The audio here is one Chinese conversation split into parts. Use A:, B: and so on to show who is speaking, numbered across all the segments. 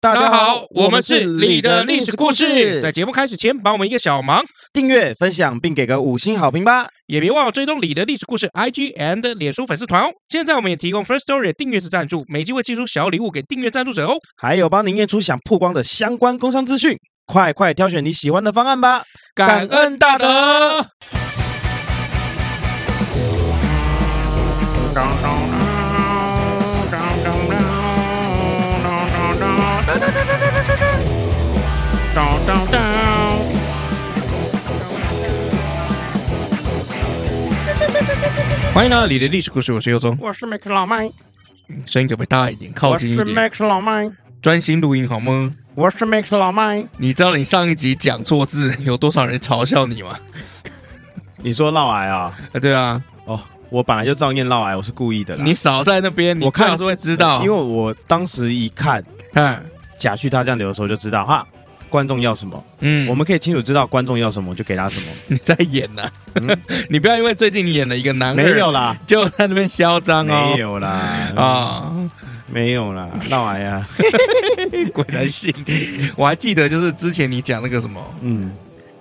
A: 大
B: 大家
A: 家好
B: 好，，
A: 我
B: 我
A: 们
B: 们
A: 是
B: 是
A: 你
B: 你
A: 的
B: 的
A: 历
B: 历
A: 史
B: 史
A: 故
B: 故
A: 事。
B: 事
A: 在节目开始前，帮我们一个小忙，
B: 订阅、分享并给个五星好评吧。
A: 也别忘了追踪你的历史故事 IG and 脸书粉丝团哦。现在我们也提供 First Story 的订阅式赞助，每集会寄出小礼物给订阅赞助者哦。
B: 还有帮您验出想曝光的相关工商资讯，快快挑选你喜欢的方案吧。
A: 感恩大德。欢迎来到你的历史故事，我是尤忠，
C: 我是 Max 老麦，
A: 声音可不可以大一点，靠
C: 我
A: 近
C: 是
A: 一点，
C: Max 老麦，
A: 专心录音好吗？
C: 我是 Max 老麦，
A: 你知道你上一集讲错字，有多少人嘲笑你吗？
B: 你说嫪毐啊？
A: 啊，对啊，
B: 哦，我本来就照念嫪毐，我是故意的啦。
A: 你少在那边，你
B: 我看
A: 最好是会知道，
B: 因为我当时一看
A: 嗯
B: 贾旭他这样流的时候，就知道哈，观众要什么，
A: 嗯，
B: 我们可以清楚知道观众要什么，就给他什么。
A: 你在演呐、
B: 嗯
A: 你不要因为最近你演了一个男二，
B: 没有啦，
A: 就在那边嚣张哦
B: 没。有啦，啊，
A: 啊，
B: 没有啦，嫪毐啊，
A: 鬼来信！ 我还记得，就是之前你讲那个什么
B: 嗯，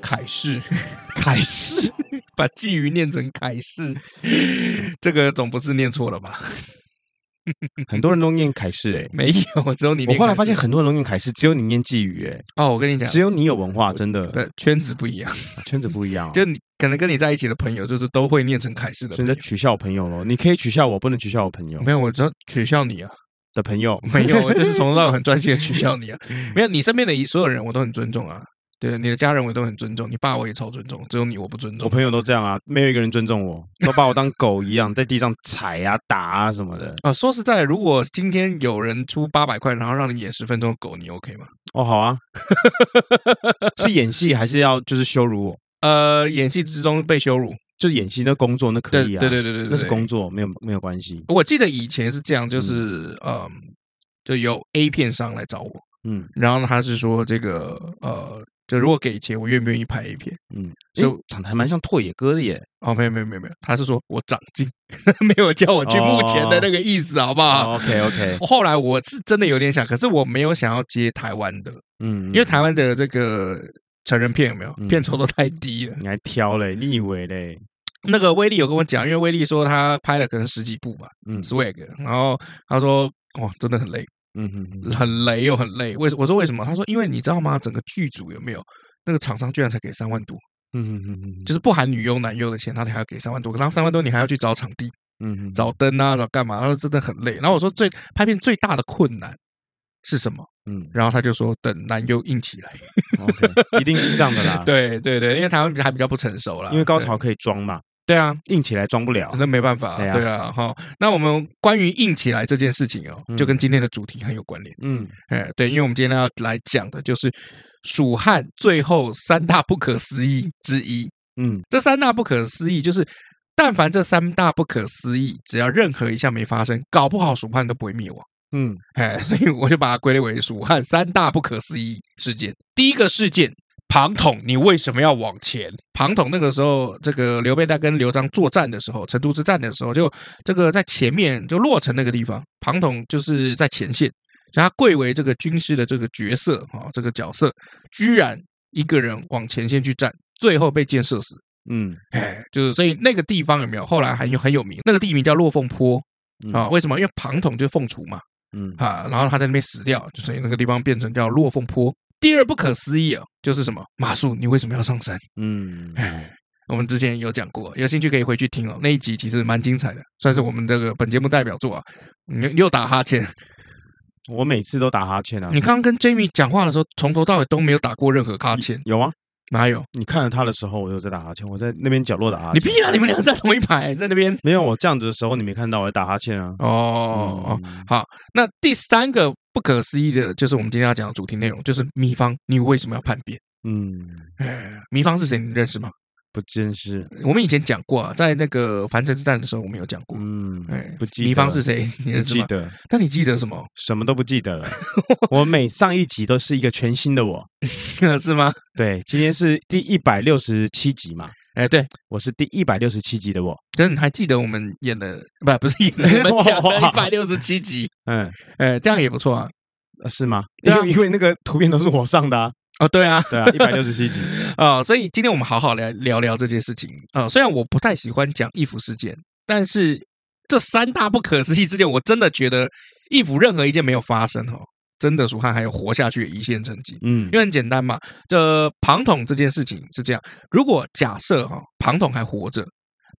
A: 凯氏，
B: 凯氏，
A: 把鲫鱼念成凯氏，这个总不是念错了吧？
B: 很多人都念凯氏哎。
A: 没有，只有你
B: 我
A: 念凯氏。
B: 后来发现很多人都念凯氏，只有你念寄语，哎，
A: 哦，我跟你讲，
B: 只有你有文化，真的
A: 对圈子不一样，
B: 圈子不一样、哦。
A: 就你可能跟你在一起的朋友，就是都会念成凯氏的
B: 所以
A: 朋
B: 你在
A: 友。
B: 取笑我朋友咯，你可以取笑我，不能取笑我朋友
A: 没有，我只要取笑你啊！
B: 的朋友。
A: 没有，我就是从头到尾很专心的取笑你 啊！没有，你身边的所有人我都很尊重啊，对，你的家人我都很尊重，你爸我也超尊重，只有你我不尊
B: 我
A: 重。
B: 朋友都这样啊，没有一个人尊重我，都把我当狗一样，在地上踩啊、打啊什么的。
A: 啊，说实在的，如果今天有人出八百块，然后让你演十分钟的狗，你 OK 吗？
B: 哦，好啊， 是演戏还是要就是羞辱我？
A: 呃，演戏之中被羞辱，
B: 就是演戏那工作那可
A: 对
B: 以啊，
A: 对对对对，
B: 那是
A: 对
B: 工。作，没有没有关系。
A: 我记得以前是这样，就是嗯，就有 A 片商来找我，
B: 嗯
A: 然后他是说这个呃，就如果给钱，我愿不愿意拍 A 片？
B: 嗯，
A: 所以
B: 诶长得还蛮像拓野哥的耶。
A: 哦，没有没有没有没有，他是说我长进， 没有叫我去付钱
B: 哦
A: 的那个意思，好不好？
B: OK OK，
A: 后来我是真的有点想，可是我没有想要接台湾的，
B: 嗯，
A: 因为台湾的这个成人片有没有
B: 嗯
A: 片酬都太低了。
B: 你还挑嘞，你以为嘞？
A: 那个威力有跟我讲，因为威力说他拍了可能十几部吧
B: 嗯
A: ，swag，然后他说哇，真的很累，
B: 嗯嗯嗯
A: 很累哦又很累。为什我说为什么？他说因为你知道吗？整个剧组有没有那个厂商居然才给三万多，
B: 嗯嗯嗯，
A: 就是不含女优男优的钱，他还要给三万多，然后三万多你还要去找场地、
B: 嗯嗯
A: 找灯啊、找干嘛，他说真的很累。然后我说最拍片最大的困难是什么？
B: 嗯
A: 然后他就说等男优硬起来。。，
B: ，OK，一定是这样的啦
A: 对对对，因为台湾还比较不成熟啦，
B: 啊因为高
A: 对
B: 潮可以装嘛，
A: 对啊，
B: 硬起来装不了。
A: 那没办法，
B: 对啊
A: 对啊，哈、那我们关于硬起来这件事情哦，
B: 嗯
A: 就跟今天的主题很有关联。
B: 嗯，
A: 哎，对，因为我们今天要来讲的就是蜀汉最后三大不可思议之一。
B: 嗯
A: 这三大不可思议就是，但凡这三大不可思议，只要任何一项没发生，搞不好蜀汉都不会灭亡。
B: 嗯
A: 哎，所以我就把它归类为蜀汉三大不可思议事件。第一个事件，庞统，你为什么要往前？庞统那个时候，这个刘备在跟刘璋作战的时候，成都之战的时候，就这个在前面就洛城那个地方，庞统就是在前线，所以他贵为这个军师的这个角色啊、这个角色居然一个人往前线去战，最后被箭射死。
B: 嗯
A: 哎，就是所以那个地方有没有？后来很有很有名，那个地名叫落凤坡
B: 嗯
A: 啊、为什么？因为庞统就是凤雏嘛。
B: 嗯
A: 啊，然后他在那边死掉，就所以那个地方变成叫落凤坡。第二不可思议啊，就是什么马谡，你为什么要上山？
B: 嗯
A: 哎，我们之前有讲过，有兴趣可以回去听哦，那一集其实蛮精彩的，算是我们这个本节目代表作啊。你又打哈欠，
B: 我每次都打哈欠啊。
A: 你刚刚跟 Jamie 讲话的时候，从头到尾都没有打过任何哈欠，
B: 有啊？
A: 哪有？
B: 你看了他的时候，我有在打哈欠，我在那边角落打哈
A: 你
B: 欠。
A: 屁啊！你们两个在同一排，在那边
B: 没有我这样子的时候，你没看到我在打哈欠啊？
A: 哦哦。哦
B: 嗯，
A: 好，那第三个不可思议的就是我们今天要讲的主题内容，就是糜芳，你为什么要叛变？
B: 嗯，
A: 哎，糜芳是谁？你认识吗？
B: 不真是，
A: 我们以前讲过啊，在那个樊城之战的时候，我们有讲过。
B: 嗯
A: 哎，，
B: 不记得了。
A: 糜芳是谁？你
B: 不
A: 认识
B: 记
A: 吗？
B: 得，
A: 但你记得什么？
B: 什么都不记得了。我每上一集都是一个全新的我。
A: 是吗？
B: 对，今天是第一百六十七集嘛，
A: 哎，对，
B: 我是第一百六十七集的我。
A: 可是你还记得我们 演的不不是演的，我们讲的一百六十七集，
B: 嗯
A: 哎，这样也不错啊。
B: 呃是吗？
A: 对
B: 因
A: 啊
B: 为因为那个图片都是我上的啊，
A: 哦，对啊，
B: 对啊，一百六十七集，
A: 啊、所以今天我们好好来聊聊这件事情啊、呃虽然我不太喜欢讲义父事件，但是这三大不可思议事件，我真的觉得义父任何一件没有发生哦，真的蜀汉还有活下去的一线成绩。
B: 嗯
A: 因，为很简单嘛，这庞统这件事情是这样：如果假设哈、庞统还活着，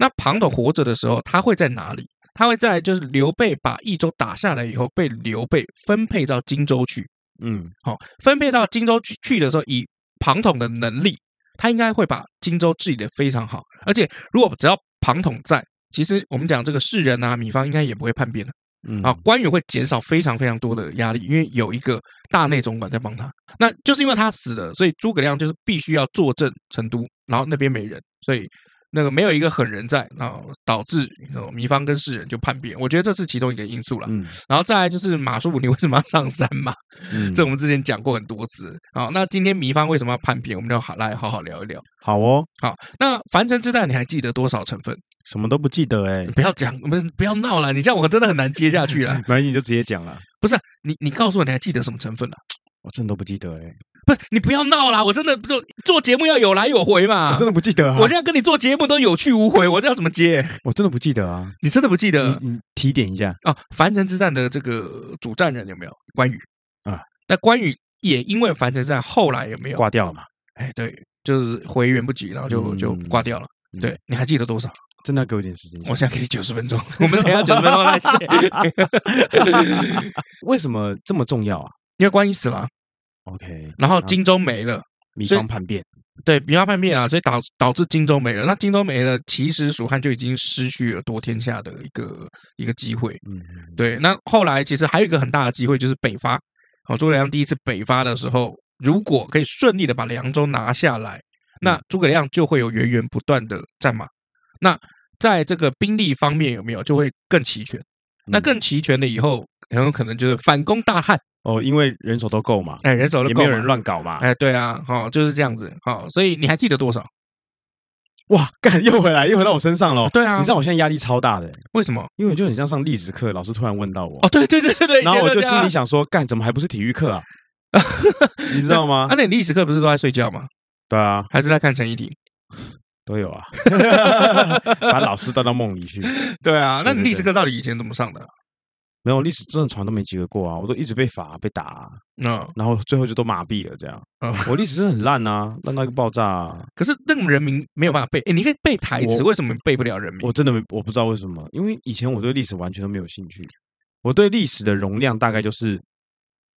A: 那庞统活着的时候，他会在哪里？他会在就是刘备把益州打下来以后，被刘备分配到荆州去。
B: 嗯
A: 好、分配到荆州去去的时候，以庞统的能力，他应该会把荆州治理的非常好。而且，如果只要庞统在，其实我们讲这个士人啊、米方应该也不会叛变了
B: 嗯
A: 啊，，官员会减少非常非常多的压力，因为有一个大内总管在帮他。那就是因为他死了，所以诸葛亮就是必须要坐镇成都，然后那边没人，所以。那个没有一个狠人在，然后导致呃糜芳跟士人就叛变，我觉得这是其中一个因素了。
B: 嗯
A: 然后再来就是马谡，你为什么要上山嘛？
B: 嗯，
A: 这我们之前讲过很多次好，那今天糜芳为什么要叛变，我们就好来好好聊一聊。
B: 好哦，
A: 好，那樊城之战你还记得多少成分？
B: 什么都不记得哎，
A: 不要讲，不是不要闹了，你这样我真的很难接下去了
B: 没。关系，你就直接讲了，
A: 不是你，你告诉我你还记得什么成分了、啊
B: 我真的都不记得哎，
A: 不是你不要闹啦，我真的就做节目要有来有回嘛
B: 我。真的不记得啊
A: 我，现在跟你做节目都有去无回，我这要怎么接？
B: 我真的不记得啊，
A: 你真的不记得
B: 你你提点一下，
A: 啊？樊城之战的这个主战人有没有关羽
B: 啊？
A: 那关羽也因为樊城之战后来有没有
B: 挂掉了嘛，
A: 哎，对，就是回援不及，然后就就
B: 嗯
A: 挂掉了。
B: 嗯
A: 对，你还记得多少？
B: 真的要给我一点时间。
A: 我现在给你九十分钟， 我们等一下九十分钟来写。
B: 为什么这么重要啊
A: 因为关羽死了啊，
B: ？OK，
A: 然后
B: 啊
A: 荆州没了，
B: 米
A: 所以
B: 方叛变，
A: 对，比方叛变啊，所以导导致荆州没了。那荆州没了，其实蜀汉就已经失去了夺天下的一个一个机会。
B: 嗯，
A: 对，那后来其实还有一个很大的机会就是北伐。好，诸葛亮第一次北伐的时候，如果可以顺利的把凉州拿下来，那诸葛亮就会有源源不断的战马。那在这个兵力方面有没有就会更齐全？那
B: 嗯
A: 更齐全了以后，很有可能就是反攻大汉，
B: 哦，因为人手都够嘛，
A: 哎，人手都
B: 也
A: 够
B: 没
A: 嘛
B: 有人，乱搞嘛。
A: 哎，对啊，好、就是这样子，好、所以你还记得多少？
B: 哇，干又回来，又回到我身上了。
A: 对啊
B: 你知，道我现在压力超大的，
A: 为什么？
B: 因为我就很像上历史课，老师突然问到我
A: 哦，，对对对对 对，
B: 然后
A: 以前
B: 我就
A: 这样
B: 心里，想说，干怎么还不是体育课 啊？你知道吗
A: 啊，？那你历史课不是都在睡觉吗？
B: 对啊，
A: 还是在看陈怡婷？
B: 都有啊，把老师带到梦里去。
A: 对啊，那
B: 对
A: 你
B: 对
A: 历史
B: 对
A: 课到底以前怎么上的？啊
B: 没有历史真的床都没及格过啊，我都一直被罚被打啊，
A: 嗯，
B: 然后最后就都麻痹了这样
A: 嗯。
B: 我历史真的很烂啊，烂到一个爆炸啊！
A: 可是那种人名没有办法背，诶你可以背台词，
B: 我
A: 为什么你背不了人名？
B: 我真的没我不知道为什么，因为以前我对历史完全都没有兴趣，我对历史的容量大概就是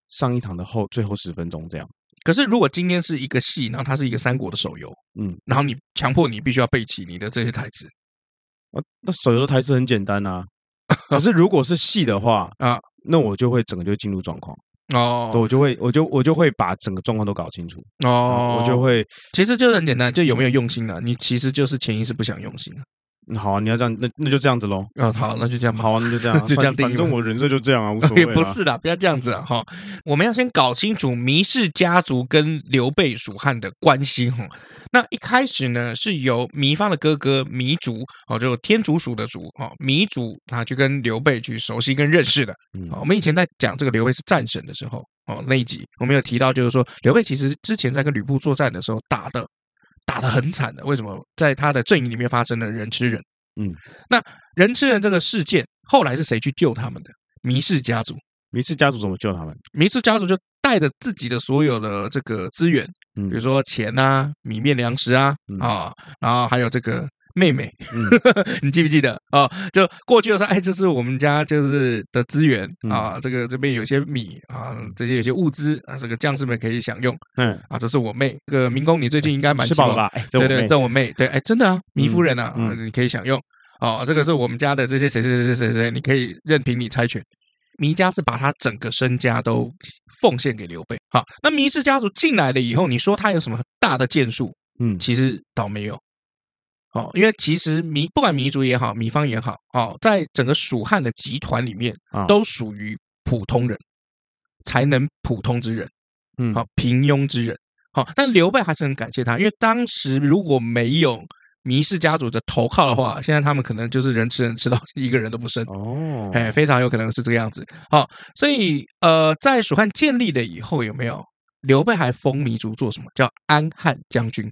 B: 上一堂的后最后十分钟这样。
A: 可是如果今天是一个戏，然后它是一个三国的手游，
B: 嗯，
A: 然后你强迫你必须要背起你的这些台词，
B: 啊，那手游的台词很简单 啊，可是如果是戏的话
A: 啊
B: 啊，那我就会整个就进入状况，对
A: 哦
B: 我就会我就我就会把整个状况都搞清楚，
A: 哦，
B: 我就会
A: 其实就是很简单，就有没有用心了、啊你其实就是潜意识不想用心了。
B: 嗯好啊，你要这样，那那就这样子喽，
A: 啊、好，那就这样吧。
B: 好啊，那就这样啊，
A: 就这样
B: 反
A: 定义
B: 反正
A: 吧
B: 我人设就这样啊，无所谓
A: 也
B: 啊
A: 不是啦，不要这样子啊哈、我们要先搞清楚糜氏家族跟刘备、蜀汉的关系哈、那一开始呢，是由糜芳的哥哥糜竺哦，就天竺鼠的竺哦，糜竺他去跟刘备去熟悉跟认识的。
B: 嗯
A: 哦，我们以前在讲这个刘备是战神的时候，哦那一集我们有提到，就是说刘备其实之前在跟吕布作战的时候打的打的很惨的，为什么？在他的阵营里面发生了人吃人，
B: 嗯，
A: 那人吃人这个事件后来是谁去救他们的？糜氏家族，
B: 迷氏家族怎么救他 们？
A: 糜氏家族就带着自己的所有的这个资源，
B: 嗯
A: 比如说钱啊、米面粮食啊，
B: 嗯
A: 啊、然后还有这个妹妹，
B: 嗯
A: 你记不记得啊、就过去的时候，哎，这是我们家就是的资源
B: 嗯
A: 啊，这个这边有些米啊，这些有些物资啊，这个将士们可以享用
B: 嗯，
A: 啊。这是我妹，这个民工，你最近应该蛮啊
B: 吃
A: 希
B: 饱
A: 望
B: 了吧？ 哎，这
A: 对
B: 我
A: 对，
B: 妹
A: 这我妹，对，哎，真的啊，糜夫
B: 嗯
A: 人啊，啊
B: 嗯
A: 你可以享用哦。这个是我们家的这些谁谁谁谁谁谁，你可以任凭你猜拳。糜家是把他整个身家都奉献给刘备。好，那糜氏家族进来了以后，你说他有什么大的建树？
B: 嗯
A: 其实倒没有。哦，因为其实糜不管糜竺也好，糜芳也好，哦，在整个蜀汉的集团里面，
B: 啊
A: 都属于普通人，才能普通之人。
B: 嗯
A: 好平庸之人。好，但刘备还是很感谢他，因为当时如果没有迷氏家族的投靠的话，现在他们可能就是人吃人吃到一个人都不剩。
B: 哦，
A: 哎，非常有可能是这个样子。好，所以呃，在蜀汉建立了以后，有没有刘备还封糜竺做什么？叫安汉将军，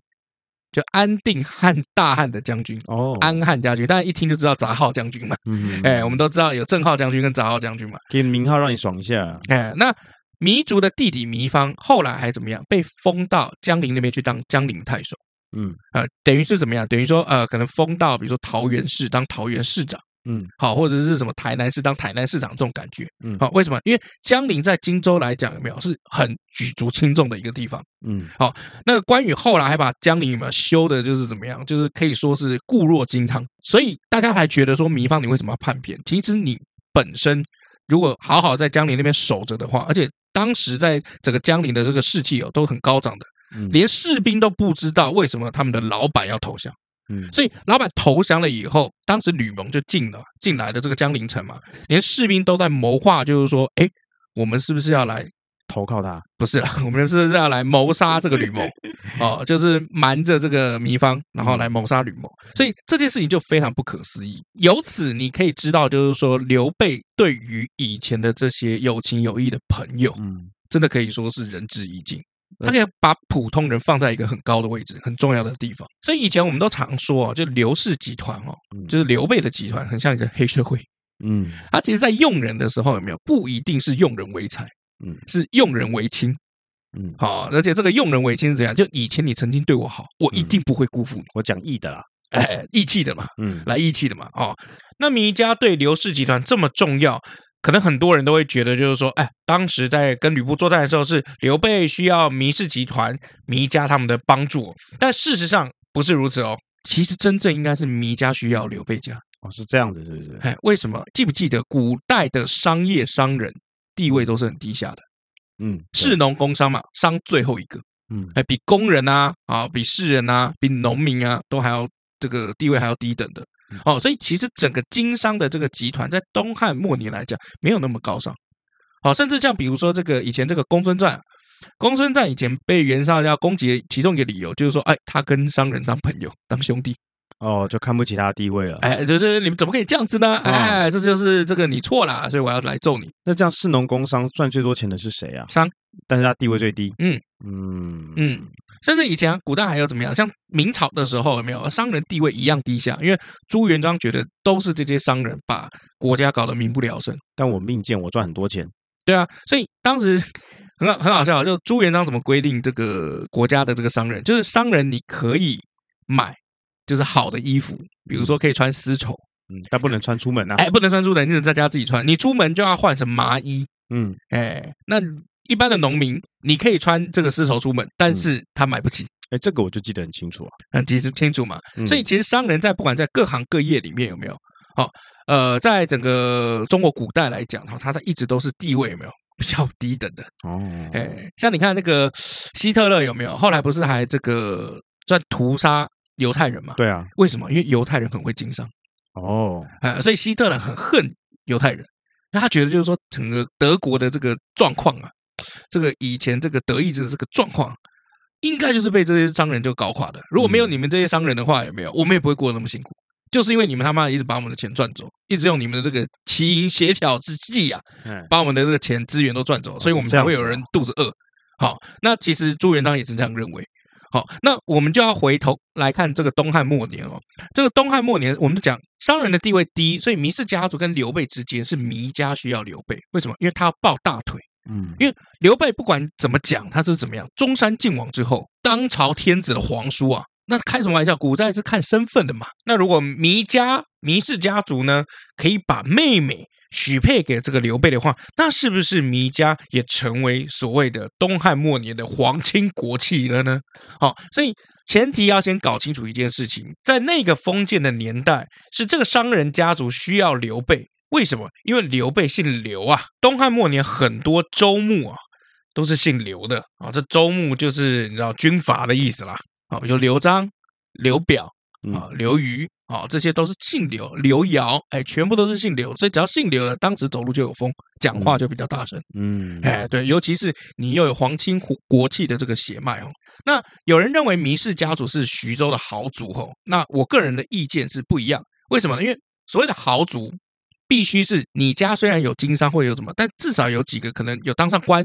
A: 就安定汉大汉的将军，
B: 哦，
A: 安汉将军。大家一听就知道杂号将军嘛。
B: 嗯，
A: 啊哎，我们都知道有正号将军跟杂号将军嘛。
B: 给你名号让你爽一下，
A: 哎，那糜竺的弟弟糜芳后来还怎么样？被封到江陵那边去当江陵太守。
B: 嗯
A: 呃，等于是怎么样？等于说，呃，可能封到比如说桃园市当桃园市长，
B: 嗯
A: 好，或者是什么台南市当台南市长这种感觉。
B: 嗯
A: 好，为什么？因为江陵在荆州来讲，有没有是很举足轻重的一个地方？
B: 嗯，
A: 那个关羽后来还把江陵有没有修的，就是怎么样，就是可以说是固若金汤。所以大家还觉得说，糜芳你为什么要叛变？其实你本身如果好好在江陵那边守着的话，而且当时在整个江陵的这个士气哦都很高涨的，
B: 嗯
A: 连士兵都不知道为什么他们的老板要投降。
B: 嗯
A: 所以老板投降了以后，当时吕蒙就进了进来的这个江陵城嘛，连士兵都在谋划，就是说，哎，我们是不是要来？
B: 投靠他，
A: 不是啦， 我们是不是要来谋杀这 个吕蒙？哦，就是瞒着这个糜芳，然
B: 嗯
A: 后来谋杀吕蒙。所以这件事情就非常不可思议。由此你可以知道，就是说刘备对于以前的这些有情有义的朋友，
B: 嗯
A: 真的可以说是仁至义尽。
B: 嗯
A: 他可以把普通人放在一个很高的位置，很重要的地方。所以以前我们都常说哦，就刘氏集团哦，
B: 嗯
A: 就是刘备的集团，很像一个黑社会。
B: 嗯
A: 他其实，在用人的时候有没有不一定是用人为财，
B: 嗯
A: 是用人为亲。
B: 嗯，
A: 好，而且这个用人为亲是怎样？就以前你曾经对我好，我一定不会辜负你。
B: 我讲义的啦，
A: 哎，义气的嘛，
B: 嗯
A: 来义气的嘛。哦，那糜家对刘氏集团这么重要，可能很多人都会觉得，就是说，哎，当时在跟吕布作战的时候，是刘备需要糜氏集团、糜家他们的帮助，但事实上不是如此哦。其实真正应该是糜家需要刘备家。
B: 哦是这样子，是不 是？
A: 哎，为什么？记不记得古代的商业商人地位都是很低下的？
B: 嗯，
A: 士农工商嘛，商最后一个。
B: 嗯
A: 哎，比工人啊，啊，比士人啊，比农民啊，都还要这个地位还要低等的
B: 嗯。
A: 哦，所以其实整个经商的这个集团，在东汉末年来讲，没有那么高尚。好、甚至像比如说这个以前这个公孙瓒，公孙瓒以前被袁绍要攻击，其中一个理由就是说，哎，他跟商人当朋友，当兄弟，
B: 哦就看不起他的地位了，
A: 哎，对对，对你们怎么可以这样子呢？
B: 嗯
A: 哎，这就是这个你错了，所以我要来揍你。
B: 那这样士农工商赚最多钱的是谁啊？
A: 商，
B: 但是他地位最低，
A: 嗯
B: 嗯
A: 嗯，甚至以前啊古代还有怎么样？像明朝的时候有没有商人地位一样低下？因为朱元璋觉得都是这些商人把国家搞得民不聊生。
B: 但我命贱，我赚很多钱，
A: 对啊，所以当时 很好很好笑啊，就朱元璋怎么规定这个国家的这个商人，就是商人你可以买就是好的衣服，比如说可以穿丝绸，
B: 嗯，但不能穿出门啊，
A: 哎，不能穿出门，你只能在家自己穿，你出门就要换成麻衣，
B: 嗯
A: 哎，那。一般的农民，你可以穿这个丝绸出门，但是他买不起，
B: 哎，这个我就记得很清楚啊，
A: 很清清楚嘛。
B: 嗯
A: 所以其实商人在不管在各行各业里面有没有，好、呃，在整个中国古代来讲哈，他的一直都是地位有没有比较低等的，
B: 哦，
A: 哎，像你看那个希特勒有没有，后来不是还这个在屠杀犹太人嘛？
B: 对啊，
A: 为什么？因为犹太人很会经商，
B: 哦，
A: 啊，所以希特勒很恨犹太人，那他觉得就是说整个德国的这个状况啊，这个以前这个德意志的这个状况。应该就是被这些商人就搞垮的。如果没有
B: 嗯
A: 你们这些商人的话，有没有我们也不会过得那么辛苦。就是因为你们他妈的一直把我们的钱赚走，一直用你们的这个奇淫邪巧之计啊，
B: 哎，
A: 把我们的这个钱资源都赚走，所以我们才会有人肚子饿。好，那其实朱元璋也是这样认为。好，那我们就要回头来看这个东汉末年哦。这个东汉末年，我们就讲商人的地位低，所以糜氏家族跟刘备之间是糜家需要刘备，为什么？因为他要抱大腿。
B: 嗯
A: 因为刘备不管怎么讲，他是怎么样，中山靖王之后，当朝天子的皇叔啊，那开什么玩笑？古代是看身份的嘛。那如果糜家糜氏家族呢，可以把妹妹许配给这个刘备的话，那是不是糜家也成为所谓的东汉末年的皇亲国戚了呢？好、所以前提要先搞清楚一件事情，在那个封建的年代，是这个商人家族需要刘备，为什么？因为刘备姓刘啊。东汉末年很多州牧啊，都是姓刘的啊。这州牧就是你知道军阀的意思啦。啊，比如刘璋、刘表
B: 嗯
A: 啊、刘虞啊、哦，这些都是姓刘，刘尧，哎，全部都是姓刘，所以只要姓刘的，当时走路就有风，讲话就比较大声。
B: 嗯，
A: 哎，对，尤其是你又有皇亲国国戚的这个血脉哦。那有人认为糜氏家族是徐州的豪族哦，那我个人的意见是不一样。为什么呢？因为所谓的豪族，必须是你家虽然有经商或有什么，但至少有几个可能有当上官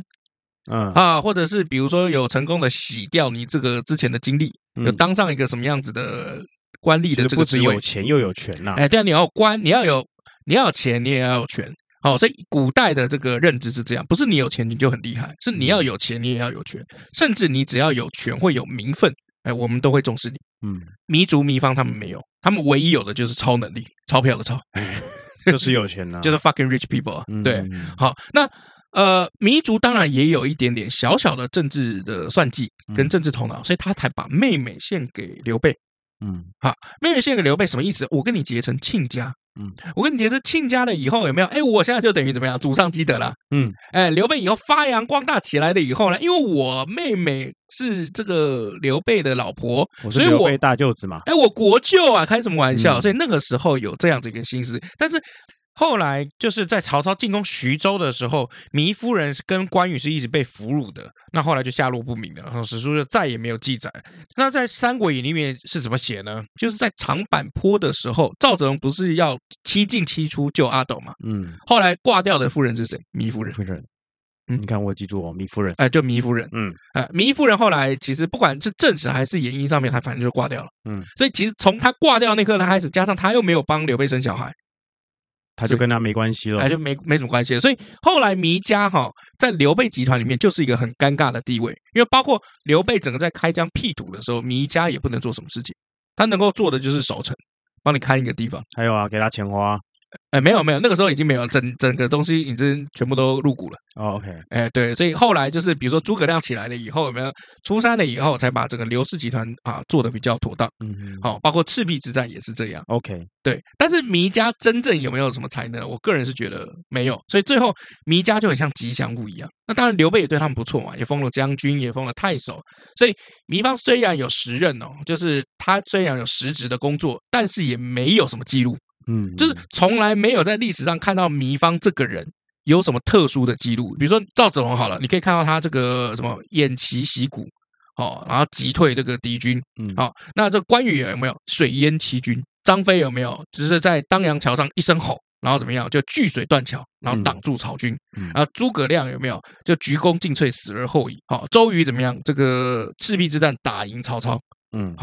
B: 嗯，
A: 啊，或者是比如说有成功的洗掉你这个之前的经历，有
B: 嗯
A: 当上一个什么样子的官吏
B: 就
A: 的
B: 是
A: 这
B: 不
A: 个
B: 只
A: 职位
B: 有。钱又有权呐。
A: 哎，对啊，你要有官，你要有你要有钱，你也要有权。哦，所以古代的这个认知是这样，不是你有钱你就很厉害，是
B: 嗯
A: 你要有钱，你也要有权，甚至你只要有权会有名分，哎，我们都会重视你。
B: 嗯，
A: 糜族、糜芳他们没有，他们唯一有的就是超能力，钞票的钞，
B: 就是有钱呐，
A: 就是 fucking rich people 啊。
B: 啊嗯
A: 对，，好，那呃，糜族当然也有一点点小小的政治的算计跟
B: 嗯
A: 政治头脑，所以他才把妹妹献给刘备。
B: 嗯
A: 好，妹妹献给刘备什么意思？我跟你结成亲家，
B: 嗯，
A: 我跟你结成亲家了以后有没有？哎，我现在就等于怎么样，祖上积德了。
B: 嗯，
A: 哎，刘备以后发扬光大起来了以后呢，因为我妹妹是这个刘备的老婆，
B: 我是
A: 所以
B: 刘
A: 我
B: 备大舅子嘛。
A: 哎，我国舅啊，开什么玩笑？
B: 嗯
A: 所以那个时候有这样子一个心思，但是。后来就是在曹操进攻徐州的时候，糜夫人是跟关羽是一直被俘虏的，那后来就下落不明了，然后史书就再也没有记载。那在《三国演义》里面是怎么写呢？就是在长坂坡的时候，赵子龙不是要七进七出救阿斗嘛？
B: 嗯，
A: 后来挂掉的夫人是谁？糜夫人。
B: 夫人，
A: 嗯
B: 你看我记住哦，米夫人。
A: 哎、就糜夫人，
B: 嗯，
A: 哎、糜夫人后来其实不管是正史还是演义上面，她反正就挂掉了，
B: 嗯，
A: 所以其实从她挂掉那刻开始，加上她又没有帮刘备生小孩，
B: 他
A: 所
B: 就
A: 以
B: 跟他没关系了。
A: 哎，就没没什么关系了。所以后来糜家哈、在刘备集团里面就是一个很尴尬的地位，因为包括刘备整个在开疆辟土的时候，糜家也不能做什么事情，他能够做的就是守城，帮你看一个地方。
B: 还有啊，给他钱花啊。
A: 哎，没有没有，那个时候已经没有整整个东西已经全部都入股了。
B: 哦，OK，
A: 哎，对，所以后来就是比如说诸葛亮起来了以后，有没有出山了以后，才把整个刘氏集团啊做的比较妥当。
B: 嗯，
A: 好、包括赤壁之战也是这样。
B: ，OK，
A: 对，但是糜家真正有没有什么才能？我个人是觉得没有，所以最后糜家就很像吉祥物一样。那当然，刘备也对他们不错嘛，也封了将军，也封了太守。所以糜芳虽然有时任哦，就是他虽然有实职的工作，但是也没有什么记录，
B: 嗯，
A: 就是从来没有在历史上看到糜芳这个人有什么特殊的记录。比如说赵子龙好了，你可以看到他这个什么偃旗息鼓。哦，然后击退这个敌军，
B: 嗯
A: 好、那这关羽有没有水淹七军？张飞有没有就是在当阳桥上一声吼，然后怎么样就据水断桥，然后挡住曹军？
B: 嗯
A: 然后诸葛亮有没有就鞠躬尽瘁，死而后已？好、周瑜怎么样？这个赤壁之战打赢曹操，
B: 嗯，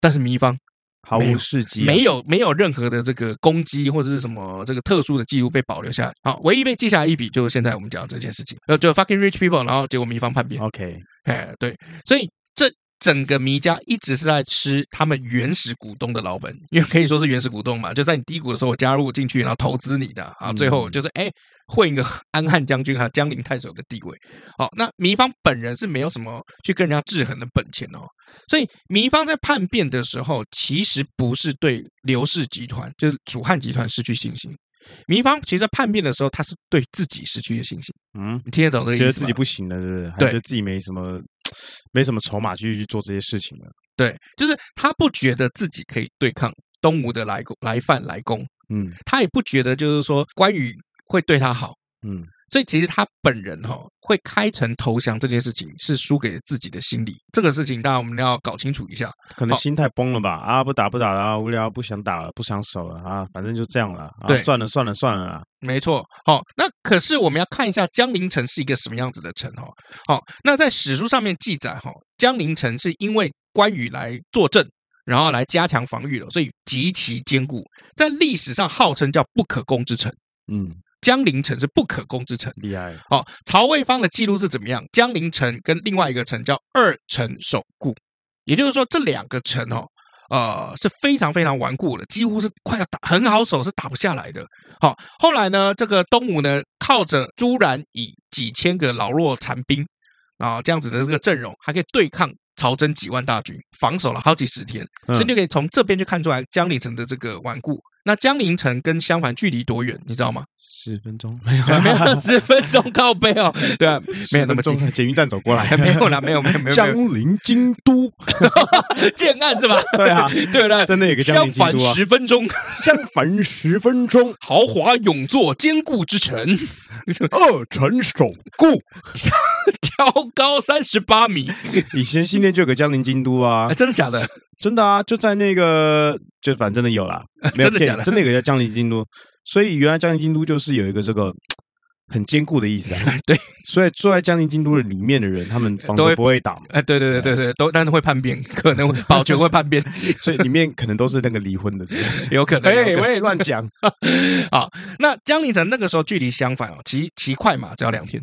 A: 但是糜芳
B: 毫
A: 没
B: 无
A: 有
B: 事迹啊，
A: 没有没有任何的这个攻击或者是什么这个特殊的记录被保留下来。好、唯一被记下来一笔就是现在我们讲的这件事情，呃，就 fucking rich people，然后结果糜芳叛变。
B: OK，
A: 哎，对，所以这整个迷家一直是在吃他们原始股东的老本，因为可以说是原始股东嘛，就在你低谷的时候我加入进去，然后投资你的啊，最后
B: 嗯
A: 就是哎混一个 安汉将军和江陵太守的地位。好，那糜芳本人是没有什么去跟人家制衡的本钱哦，所以糜芳在叛变的时候，其实不是对刘氏集团，就是蜀汉集团失去信心。糜芳其实在叛变的时候，他是对自己失去了信心。
B: 嗯，
A: 你听得懂这个意思
B: 觉得
A: 吗？
B: 自己不行了，是不是？还
A: 对
B: 觉得自己没什么，没什么筹码去去做这些事情了。
A: 对，就是他不觉得自己可以对抗东吴的来攻来犯来攻，
B: 嗯
A: 他也不觉得就是说关羽会对他好，
B: 嗯
A: 所以其实他本人哈、会开城投降这件事情是输给自己的心理，这个事情当然我们要搞清楚一下。
B: 可能
A: 好
B: 心态崩了吧？啊，不打不打了啊，无聊不想打了，不想守了啊，反正就这样了啊，
A: 对
B: 算了算了算了啦。
A: 没错，好、那可是我们要看一下江陵城是一个什么样子的城哦。好、那在史书上面记载哈、江陵城是因为关羽来坐镇，然后来加强防御了，所以极其坚固，在历史上号称叫不可攻之城。
B: 嗯，
A: 江陵城是不可攻之城。
B: 厉害，
A: 哦，曹魏方的记录是怎么样？江陵城跟另外一个城叫二城守固，也就是说这两个城哦，呃是非常非常顽固的，几乎是快要打很好守，是打不下来的。好、后来呢，这个东吴呢靠着朱然以几千个老弱残兵啊、这样子的这个阵容，还可以对抗。曹真几万大军防守了好几十天，
B: 嗯
A: 所以你就可以从这边就看出来江陵城的这个顽固。那江陵城跟襄樊距离多远？你知道吗？
B: 十分钟没有
A: 啊没有十分钟靠背 哦，对啊，没有那么近。
B: 钟，捷运站走过来
A: 没有啦，没有没有没有
B: 江
A: 没
B: 陵京 都，
A: 有，建案是吧？
B: 对啊
A: 对了，
B: 真的有个江
A: 襄
B: 陵京
A: 樊
B: 都啊！
A: 十分钟，
B: 相凡十分钟，
A: 豪华永坐坚固之 城，
B: 二城守固。
A: 挑高三十八米，
B: 以前新店就有个江陵京都啊
A: 哎，，真的假的？
B: 真的啊，就在那个，就反正真的有 啦，没有
A: 真的
B: 骗
A: 假
B: 你
A: 的
B: 真的有个叫江陵京都，所以原来江陵京都就是有一个这个很坚固的意思啊。
A: 对，
B: 所以住在江陵京都的里面的人，他们房
A: 都
B: 子
A: 会
B: 不会打嘛，
A: 哎，对对对对对，都但是会叛变，可 能会保全会叛变，
B: 所以里面可能都是那个离婚的。
A: 有可能。有可
B: 哎，
A: 能
B: 喂，乱 讲。
A: 啊，那江陵城那个时候距离襄樊哦，骑骑快马只要两天，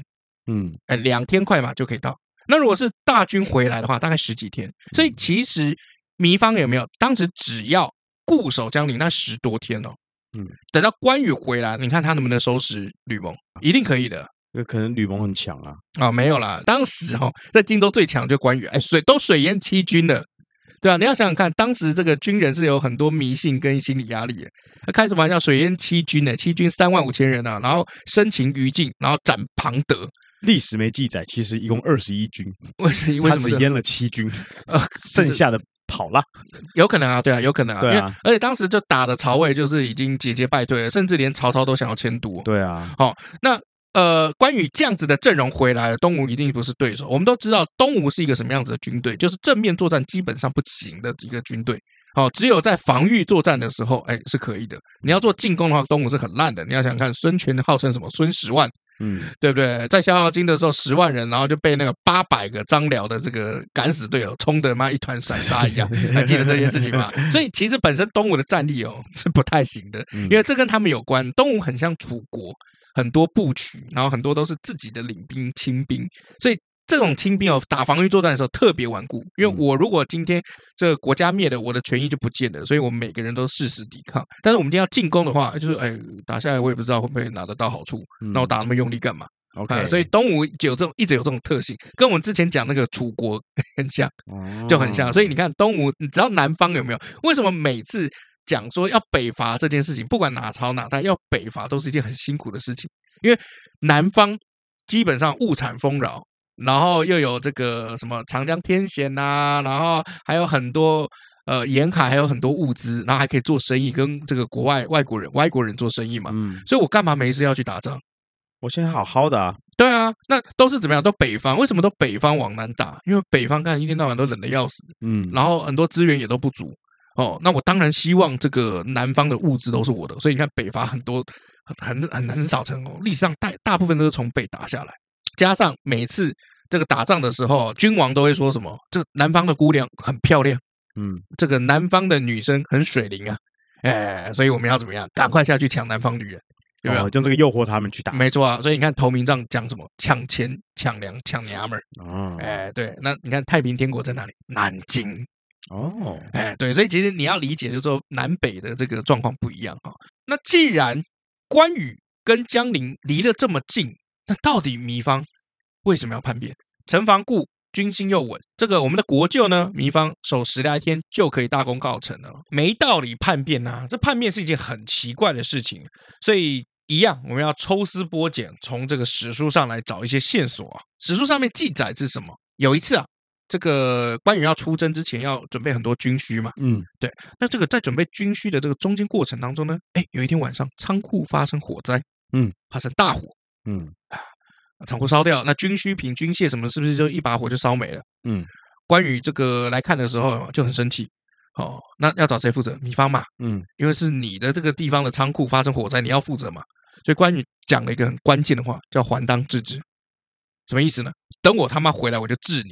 B: 嗯，
A: 哎，两天快马就可以到。那如果是大军回来的话，大概十几天。所以
B: 嗯
A: 其实糜芳有没有当时只要固守江陵那十多天哦，
B: 嗯，
A: 等到关羽回来，你看他能不能收拾吕蒙？一定可以的
B: 那可能吕蒙很强啊。
A: 啊、没有啦，当时哦，在荆州最强就关羽，哎，水都水淹七军了。对啊，你要想想看，当时这个军人是有很多迷信跟心理压力的。他开什么玩笑？水淹七军呢？七军三万五千人啊，然后生擒于禁，然后斩庞德。
B: 历史没记载，其实一共二十一军，
A: 为什为
B: 他
A: 什么
B: 只
A: 是
B: 淹了七 军，
A: 呃
B: 剩下的跑了。
A: 有可能啊，对啊，有可能啊，
B: 对啊
A: 因为而且当时就打的曹魏就是已经节节败退了，甚至连曹操都想要迁都。
B: 对啊，
A: 那呃，关羽这样子的阵容回来了，东吴一定不是对手。我们都知道东吴是一个什么样子的军队，就是正面作战基本上不行的一个军队。哦，只有在防御作战的时候，哎，是可以的。你要做进攻的话，东吴是很烂的。你要想想看，孙权号称什么孙十万，
B: 嗯，
A: 对不对？在逍遥津的时候，十万人，然后就被那个八百个张辽的这个敢死队友冲得妈一团散沙一样，还记得这件事情吗？所以其实本身东吴的战力哦是不太行的，
B: 因
A: 因为这跟他们有关。东吴很像楚国，很多部曲，然后很多都是自己的领兵亲兵，所以。这种亲兵哦，打防御作战的时候特别顽固，因为
B: 嗯
A: 我如果今天这个国家灭了，我的权益就不见了，所以我们每个人都誓死抵抗。但是我们今天要进攻的话，就是哎打下来，我也不知道会不会拿得到好处，
B: 嗯
A: 那我打那么用力干嘛？啊，
B: OK，
A: 所以东吴有这种一直有这种特性，跟我们之前讲那个楚国很像，就很
B: 哦
A: 像。所以你看东吴，你知道南方有没有？为什么每次讲说要北伐这件事情，不管哪朝哪代要北伐，都是一件很辛苦的事情，因为南方基本上物产丰饶。然后又有这个什么长江天险呐、然后还有很多呃沿海还有很多物资，然后还可以做生意，跟这个国外外国人外国人做生意嘛。
B: 嗯，
A: 所以我干嘛没事要去打仗？
B: 我现在好好的啊，
A: 对啊，那都是怎么样？都北方，为什么都北方往南打？因为北方看一天到晚都冷的要死，
B: 嗯，
A: 然后很多资源也都不足。哦，那我当然希望这个南方的物资都是我的，所以你看北伐很多很很很少成功，历史上大大部分都是从北打下来。加上每次这个打仗的时候，君王都会说什么？这南方的姑娘很漂亮，
B: 嗯，
A: 这个南方的女生很水灵啊，哎，所以我们要怎么样？赶快下去抢南方女人，有没有
B: 哦？用这个诱惑他们去打？
A: 没错啊，所以你看投名状讲什么？抢钱、抢粮、抢娘们儿。
B: 哦
A: 哎，对，那你看太平天国在哪里？南京。
B: 哦，
A: 哎，对，所以其实你要理解，就是说南北的这个状况不一样啊、那既然关羽跟江陵离得这么近，那到底糜芳为什么要叛变？城防固，军心又稳，这个我们的国舅呢，糜芳守十来天就可以大功告成了，没道理叛变呐、这叛变是一件很奇怪的事情，所以。一样，我们要抽丝剥茧，从这个史书上来找一些线索啊。史书上面记载是什么？有一次啊，这个关羽要出征之前要准备很多军需嘛，
B: 嗯，
A: 那这个在准备军需的这个中间过程当中呢，哎，有一天晚上仓库发生火灾，
B: 嗯，
A: 发生大火，
B: 嗯，
A: 仓库烧掉，那军需品、军械什么，是不是就一把火就烧没了？
B: 嗯，
A: 关羽这个来看的时候就很生气，哦，那要找谁负责？糜芳嘛，
B: 嗯，
A: 因为是你的这个地方的仓库发生火灾，你要负责嘛。所以关羽讲了一个很关键的话，叫“还当治之”，什么意思呢？等我他妈回来，我就治你。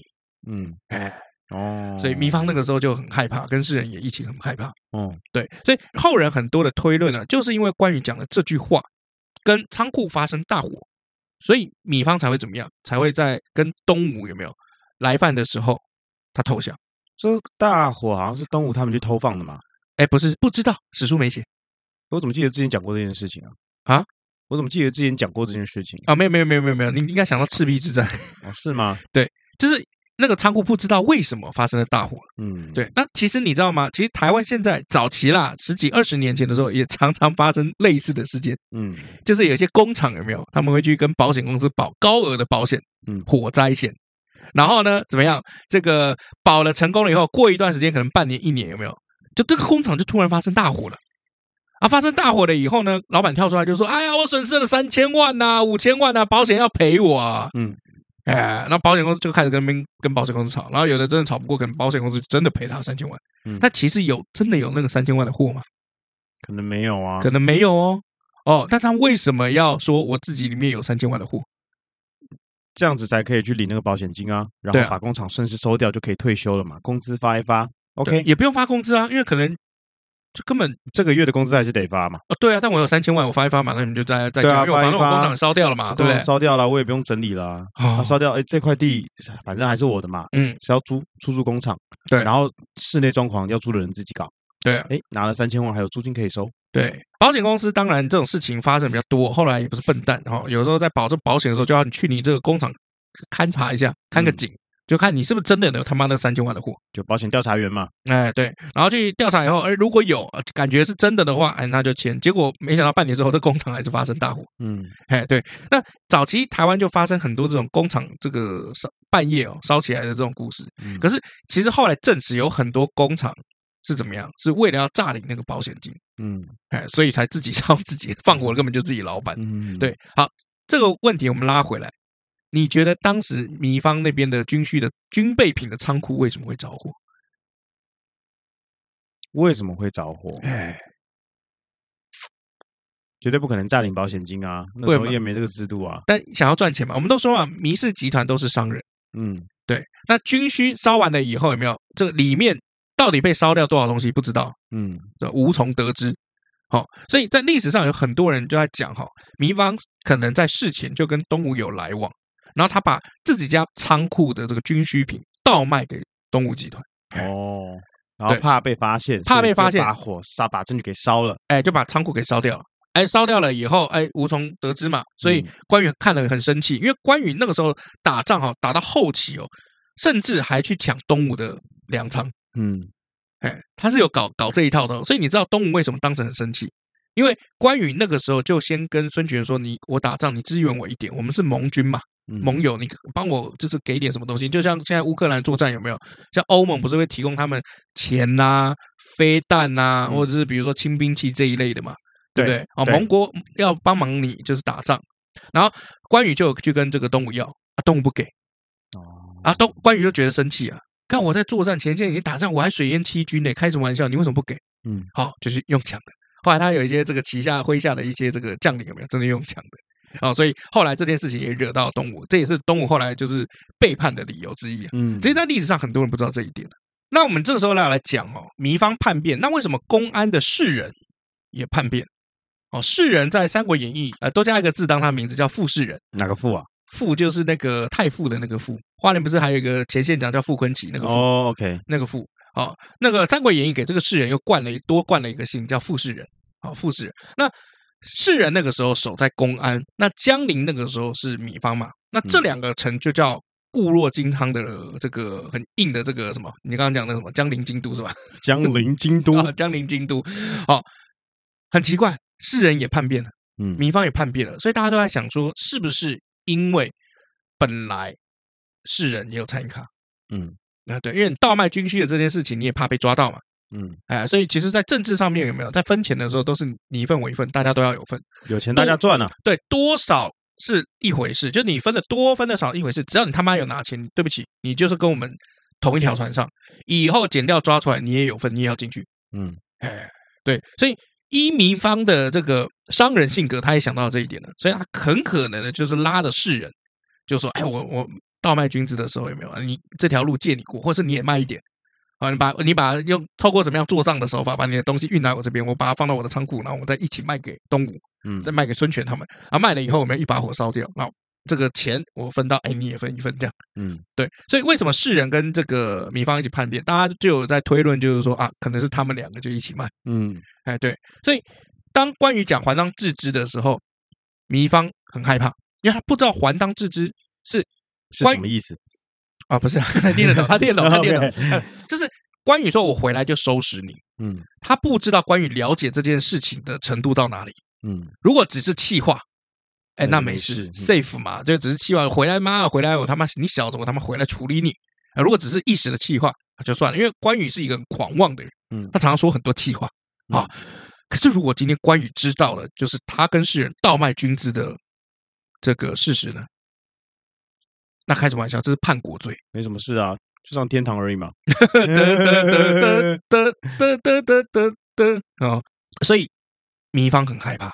B: 嗯，
A: 哎，
B: 哦，
A: 所以糜芳那个时候就很害怕，跟世人也一起很害怕。
B: 哦，
A: 对，所以后人很多的推论呢，就是因为关羽讲了这句话，跟仓库发生大火，所以米方才会怎么样，才会在跟东吴有没有来犯的时候，他投降。
B: 这大火好像是东吴他们去偷放的嘛？
A: 哎，不是，不知道，史书没写
B: 我怎么记得之前讲过这件事情啊？
A: 啊？
B: 我怎么记得之前讲过这件事情？
A: 哦啊，没有，没有，没有，没有，没有，你应该想到赤壁之战，
B: 哦，是吗？
A: 就是那个仓库不知道为什么发生了大火，
B: 嗯，
A: 对，那其实你知道吗？其实台湾现在早期啦，十几二十年前的时候，也常常发生类似的事件，
B: 嗯
A: 就是有一些工厂有没有，他们会去跟保险公司保高额的保险，
B: 嗯
A: 火灾险。然后呢，怎么样？这个保了成功了以后，过一段时间，可能半年、一年，有没有？就这个工厂就突然发生大火了。啊！发生大火了以后呢，老板跳出来就说：“哎呀，我损失了三千万呐、五千万呐、保险要赔我啊！”
B: 嗯，
A: 哎，那保险公司就开始跟民跟保险公司吵，然后有的真的吵不过，可能保险公司就真的赔他三千万。
B: 嗯
A: 那其实有真的有那个三千万的货吗？
B: 可能没有啊，
A: 可能没有哦。哦，那他为什么要说我自己里面有三千万的货？
B: 这样子才可以去领那个保险金啊，然
A: 对
B: 后
A: 啊
B: 把工厂顺势收掉就可以退休了嘛，工资发一发
A: 对
B: ，OK，
A: 也不用发工资啊，因为可能就根本
B: 这个月的工资还是得发嘛，
A: 哦，对啊，但我有三千万，我发一发嘛，那你们就再再
B: 对啊
A: 讲，因为我
B: 发
A: 反
B: 一
A: 正我
B: 发
A: 工厂烧掉了啊嘛，对不对？
B: 烧掉了，我也不用整理了啊，啊
A: 哦
B: 烧掉，哎，这块地反正还是我的嘛，
A: 嗯，
B: 是要租出租工厂，
A: 对
B: 然后室内装潢要租的人自己搞，
A: 对啊
B: 哎，拿了三千万还有租金可以收，
A: 对，保险公司当然这种事情发生比较多，后来也不是笨蛋哈、哦，有时候在保这保险的时候，就要你去你这个工厂勘察一下，看个
B: 嗯
A: 景，就看你是不是真的有他妈那三千万的货。
B: 就保险调查员嘛，
A: 哎，对，然后去调查以后，哎，如果有呃感觉是真的的话，哎，那就签。结果没想到半年之后，这工厂还是发生大火。
B: 嗯
A: 哎，对，那早期台湾就发生很多这种工厂这个烧半夜哦烧起来的这种故事。
B: 嗯
A: 可是其实后来证实有很多工厂是怎么样，是为了要诈领那个保险金，
B: 嗯
A: 哎，所以才自己 烧自己放火，根本就自己老板。
B: 嗯，
A: 对，好，这个问题我们拉回来，你觉得当时米方那边的军需的军备品的仓库为什么会着火？
B: 为什么会着火？
A: 哎，
B: 绝对不可能诈领保险金啊，那
A: 会
B: 时候
A: 吗
B: 也没这个制度啊，
A: 但想要赚钱嘛，我们都说嘛，迷氏集团都是商人。
B: 嗯，
A: 对，那军需烧完了以后，有没有这个里面到底被烧掉多少东西不知道，
B: 嗯，
A: 对吧无从得知。好、所以在历史上有很多人就在讲哈、迷方可能在事前就跟东吴有来往，然后他把自己家仓库的这个军需品倒卖给东吴集团，
B: 哦，然后
A: 对
B: 怕被发现，所以
A: 怕被
B: 就
A: 发现
B: 把火烧，把证据给烧了，
A: 哎，就把仓库给烧掉了。哎，烧掉了以后，哎，无从得知嘛，所以
B: 嗯
A: 关羽看了很生气，因为关羽那个时候打仗哈、打到后期哦，甚至还去抢东吴的粮仓，
B: 嗯，
A: 哎，他是有搞搞这一套的哦、所以你知道东吴为什么当时很生气？因为关羽那个时候就先跟孙权说：“你我打仗，你支援我一点，我们是盟军嘛，
B: 嗯
A: 盟友，你帮我就是给点什么东西。”就像现在乌克兰作战有没有？像欧盟不是会提供他们钱呐、飞弹呐、
B: 嗯
A: 或者是比如说轻兵器这一类的嘛，对不
B: 对
A: 对？哦，
B: 对
A: 盟国要帮忙你就是打仗，然后关羽就有去跟这个东吴要，啊、东吴不给，
B: 哦，
A: 啊，东关羽就觉得生气啊！看我在作战前线已经打仗，我还水淹七军呢，开什么玩笑？你为什么不给？
B: 嗯，
A: 好，就是用抢的。后来他有一些这个旗下麾下的一些这个将领有没有真的用抢的？哦，所以后来这件事情也惹到东吴，这也是东吴后来就是背叛的理由之一啊。
B: 嗯，
A: 其实，在历史上很多人不知道这一点、啊那我们这个时候要来讲哦，糜芳叛变，那为什么公安的士人也叛变？哦，士人在《三国演义》呃都加一个字当他名字叫傅士人。
B: 哪个富啊？
A: 傅就是那个太傅的那个傅，花莲不是还有一个前县长叫傅昆萁那个傅、
B: 哦，OK，
A: 那个傅，哦，那个《三国演义》给这个士人又冠了一多冠了一个姓叫傅士人，哦，傅士人。那士人那个时候守在公安，那江陵那个时候是米方嘛，那这
B: 嗯
A: 两个城就叫固若金汤的这个很硬的这个什么，你刚刚讲的什么江陵京都是吧？
B: 江陵京都，
A: 啊，江陵京都，哦，很奇怪，士人也叛变了。
B: 嗯，
A: 民方也叛变了，所以大家都在想说，是不是因为本来世人也有参与卡？
B: 嗯
A: 啊，对，因为你倒卖军需的这件事情，你也怕被抓到嘛，
B: 嗯，
A: 哎，所以其实，在政治上面有没有在分钱的时候，都是你一份我一份，大家都要有份，
B: 有钱大家赚啊，
A: 对，多少是一回事，就你分的多分的少一回事，只要你他妈有拿钱，对不起，你就是跟我们同一条船上，以后减掉抓出来，你也有份，你也要进去，
B: 嗯
A: 哎，对，所以依民方的这个商人性格，他也想到这一点了，所以他很可能的就是拉着世人，就说：“哎，我我倒卖君子的时候有没有？你这条路借你过，或是你也卖一点啊？你把你把用透过怎么样做账的手法，把你的东西运来我这边，我把它放到我的仓库，然后我再一起卖给东吴，
B: 嗯
A: 再卖给孙权他们。啊，卖了以后，我们一把火烧掉，然后这个钱我分到，哎，你也分一份这样。”
B: 嗯
A: 对，所以为什么世人跟这个米方一起叛变？大家就有在推论，就是说啊，可能是他们两个就一起卖。
B: 嗯
A: 哎，对，所以当关羽讲还当自知的时候，糜芳很害怕，因为他不知道还当自知是
B: 是
A: 关
B: 什么意思？
A: 啊，不是他听得懂，他听得懂，他听得
B: OK
A: 懂，呃就是关羽说：“我回来就收拾你。
B: 嗯”
A: 他不知道关羽了解这件事情的程度到哪里。
B: 嗯，
A: 如果只是气话，哎，
B: 嗯
A: 那
B: 没
A: 没
B: 事
A: 事
B: 嗯
A: ，safe 嘛，就只是气话，回来妈回来，我他妈你小子，我他妈回来处理你。啊，如果只是一时的气话，啊就算了，因为关羽是一个很狂妄的人，
B: 嗯
A: 他常常说很多气话啊。可是如果今天关羽知道了，就是他跟世人倒卖军资的这个事实呢，那开什么玩笑？这是叛国罪。
B: 没什么事啊，就上天堂而已 嘛。
A: 得得得得得得得得得 哦，所以米方很害怕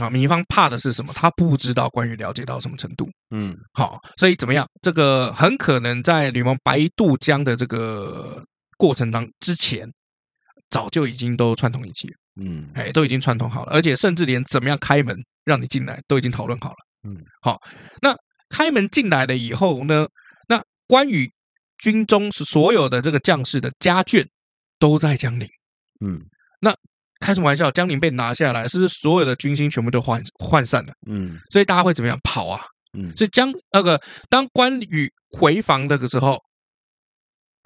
A: 啊，米方怕的是什么？他不知道关羽了解到什么程度。
B: 嗯
A: 好，所以怎么样？这个很可能在吕蒙白渡江的这个过程当之前，早就已经都串通一气了，
B: 嗯
A: 哎，都已经串通好了，而且甚至连怎么样开门让你进来都已经讨论好了。
B: 嗯，
A: 好，那开门进来了以后呢，那关羽军中所有的这个将士的家眷都在江陵。
B: 嗯
A: 开什么玩笑？江陵被拿下来，是不是所有的军心全部都涣涣散了？
B: 嗯
A: 所以大家会怎么样跑啊？
B: 嗯
A: 所以江那个当关羽回防的时候，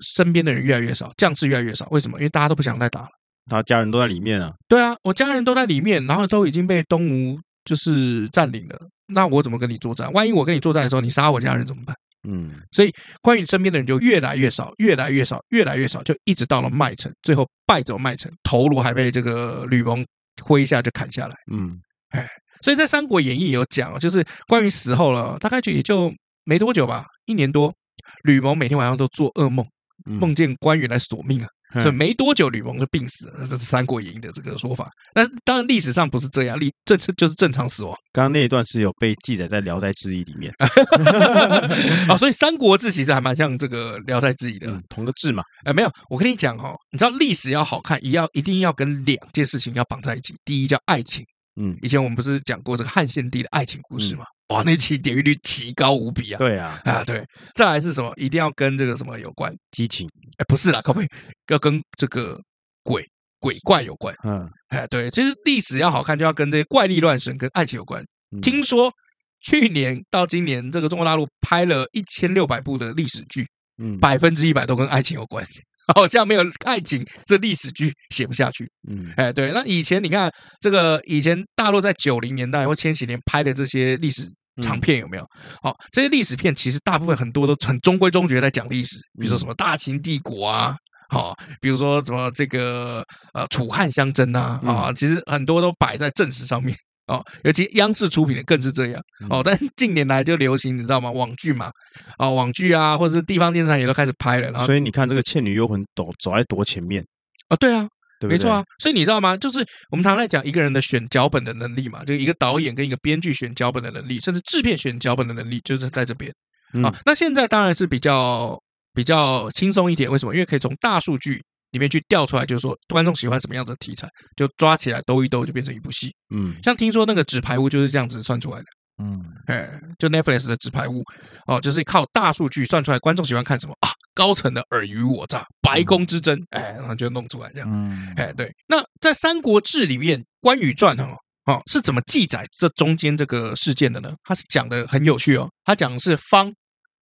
A: 身边的人越来越少，将士越来越少。为什么？因为大家都不想再打了。
B: 他家人都在里面啊。
A: 对啊，我家人都在里面，然后都已经被东吴就是占领了，那我怎么跟你作战？万一我跟你作战的时候，你杀我家人怎么办？
B: 嗯
A: 所以关羽身边的人就越来越少，越来越少，越来越少，就一直到了麦城，最后败走麦城，头颅还被这个吕蒙麾下就砍下来。
B: 嗯
A: 所以在《三国演义》有讲哦，就是关羽死后了，大概就也就没多久吧，一年多。吕蒙每天晚上都做噩梦，
B: 嗯
A: 梦见关羽来索命啊，所以
B: 嗯
A: 没多久吕蒙就病死了。这是《三国演义》的这个说法。但当然历史上不是这样，历这这就是正常死亡
B: 刚刚那一段是有被记载在《聊斋志异》里 面，
A: 啊。所以《三国志》其实还蛮像这个《聊斋志异》的。
B: 嗯，同个志 嘛。
A: 哎，没有，我跟你讲哦，你知道历史要好看，也要一定要跟两件事情要绑在一起。第一叫爱情，
B: 嗯，
A: 以前我们不是讲过这个汉献帝的爱情故事吗？哇，那期点阅率奇高无比啊！
B: 对啊，
A: 啊，对，再来是什么？一定要跟这个什么有关？
B: 激情。
A: 哎，不是啦，各位，要跟这个鬼鬼怪有关。
B: 嗯，
A: 哎，对，其实历史要好看，就要跟这些怪力乱神跟爱情有关。
B: 嗯
A: 听说去年到今年，这个中国大陆拍了一千六百部的历史剧，
B: 嗯
A: 百分之一百都跟爱情有关。 好像没有爱情，这历史剧写不下去。
B: 嗯
A: 哎，对，那以前你看这个，以前大陆在九零年代或千禧年拍的这些历史
B: 嗯
A: 长片有没有？好、这些历史片其实大部分很多都很中规中矩地在讲历史，比如
B: 嗯
A: 说什么大秦帝国啊。好，比如说什么这个呃楚汉相争啊
B: 嗯
A: 啊，其实很多都摆在正史上面哦，尤其央视出品的更是这样
B: 嗯
A: 哦。但是近年来就流行，你知道吗？网剧嘛，啊、网剧啊，或者是地方电视台也都开始拍了，然后
B: 所以你看这个《倩女幽魂》走走在多前面，
A: 啊，对啊，
B: 对不对？
A: 没错啊，，所以你知道吗？就是我们常常在讲一个人的选脚本的能力嘛，就一个导演跟一个编剧选脚本的能力，甚至制片选脚本的能力，就是在这边
B: 嗯
A: 啊。那现在当然是比较比较轻松一点，为什么？因为可以从大数据里面去调出来，就是说观众喜欢什么样子的题材，就抓起来兜一兜，就变成一部戏。
B: 嗯
A: 像听说那个《纸牌屋》就是这样子算出来的，
B: 嗯
A: 哎，就 Netflix 的《纸牌屋》哦，就是靠大数据算出来观众喜欢看什么啊，高层的尔虞我诈、白宫之争，哎，然后就弄出来这样。
B: 嗯
A: 哎，对，那在《三国志》里面，《关羽传》哦，哦是怎么记载这中间这个事件的呢？他是讲的很有趣哦，他讲的是方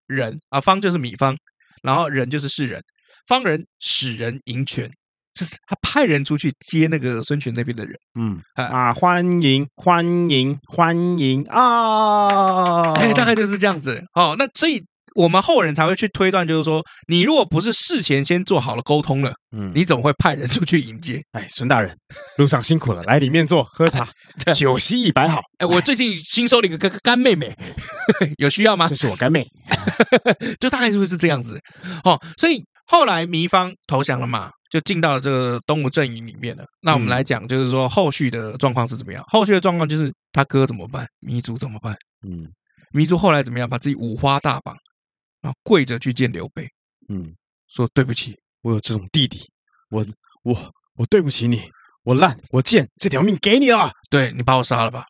A: 人啊，方就是米方，然后人就是士人，方人使人迎权，就是他派人出去接那个孙权那边的人。
B: 嗯
A: 哎
B: 啊，欢迎欢迎欢迎啊！
A: 哎，大概就是这样子哦。那所以我们后人才会去推断，就是说，你如果不是事前先做好了沟通了，
B: 嗯，
A: 你怎么会派人出去迎接？
B: 哎，孙大人，路上辛苦了，来里面坐，喝茶，酒席已摆好，
A: 哎，我最近新收了一个干干妹妹，
B: 嗯
A: 有需要吗
B: 这？是我干妹。
A: 就大概就会是这样子哦。所以后来糜芳投降了嘛，就进到了这个东吴阵营里面了。那我们
B: 嗯
A: 来讲，就是说后续的状况是怎么样？后续的状况就是他哥怎么办，糜竺怎么办？
B: 嗯
A: 糜竺后来怎么样？把自己五花大绑，然后跪着去见刘备，
B: 嗯，
A: 说对不起，
B: 我有这种弟弟，我我我对不起你，我烂，我贱，这条命给你了。
A: 对你把我杀了吧。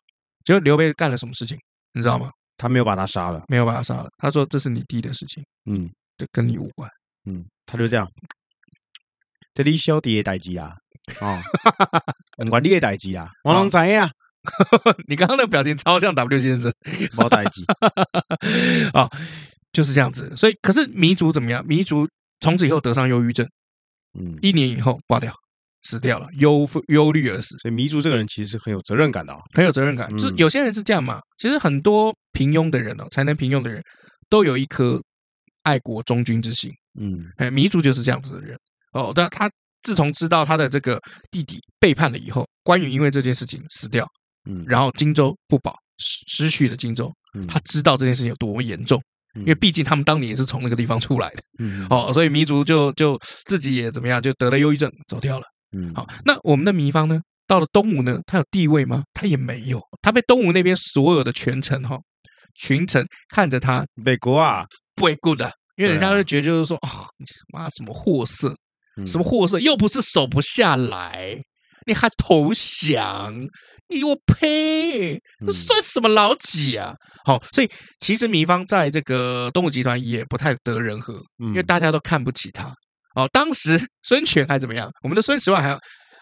A: 结果刘备干了什么事情，你知道吗？
B: 他没有把他杀了，
A: 没有把他杀了，他说这是你弟的事情，
B: 嗯
A: 这跟你无关。
B: 嗯，他就这样，这里小弟的代志啊，哦，不管你的代志啊，我拢知影，
A: 你刚刚的表情超像 W 先生。
B: 无代志。
A: 啊，就就是这样子。所以，可是糜竺怎么样？糜竺从此以后得上忧郁症，
B: 嗯，
A: 一年以后挂掉，死掉了，忧忧虑而死，
B: 所以糜竺这个人其实是很有责任感的啊。
A: 很有责任感。
B: 嗯
A: 这有些人是这样嘛？其实很多平庸的人哦，才能平庸的人，都有一颗爱国忠君之心。
B: 嗯
A: 哎，糜竺就是这样子的人哦。但他自从知道他的这个弟弟背叛了以后，关羽因为这件事情死掉，
B: 嗯，
A: 然后荆州不保，失失去了荆州。
B: 嗯
A: 他知道这件事情有多么严重，因为毕竟他们当年也是从那个地方出来的
B: 嗯
A: 哦，所以糜竺就就自己也怎么样，就得了忧郁症，走掉了。
B: 嗯
A: 好，那我们的糜芳呢？到了东吴呢，他有地位吗？他也没有，他被东吴那边所有的权臣哈、群臣看着他
B: 北国啊，
A: 不为过的，因为人家
B: 对啊
A: 就觉得就是说，哦，你妈什么货色，
B: 嗯
A: 什么货色，又不是守不下来，你还投降，你我呸，这
B: 嗯
A: 算什么老几啊？好，所以其实糜芳在这个东吴集团也不太得人和，因
B: 因
A: 为大家都看不起他。哦，当时孙权还怎么样？我们的孙十万还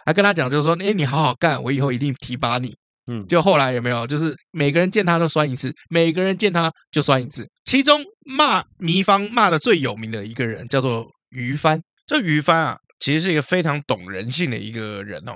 A: 还跟他讲，就是说，哎，你好好干，我以后一定提拔你。
B: 嗯
A: 就后来有没有？就是每个人见他都酸一次，每个人见他就酸一次。其中骂糜芳骂的最有名的一个人叫做于翻。这于翻啊，其实是一个非常懂人性的一个人哦。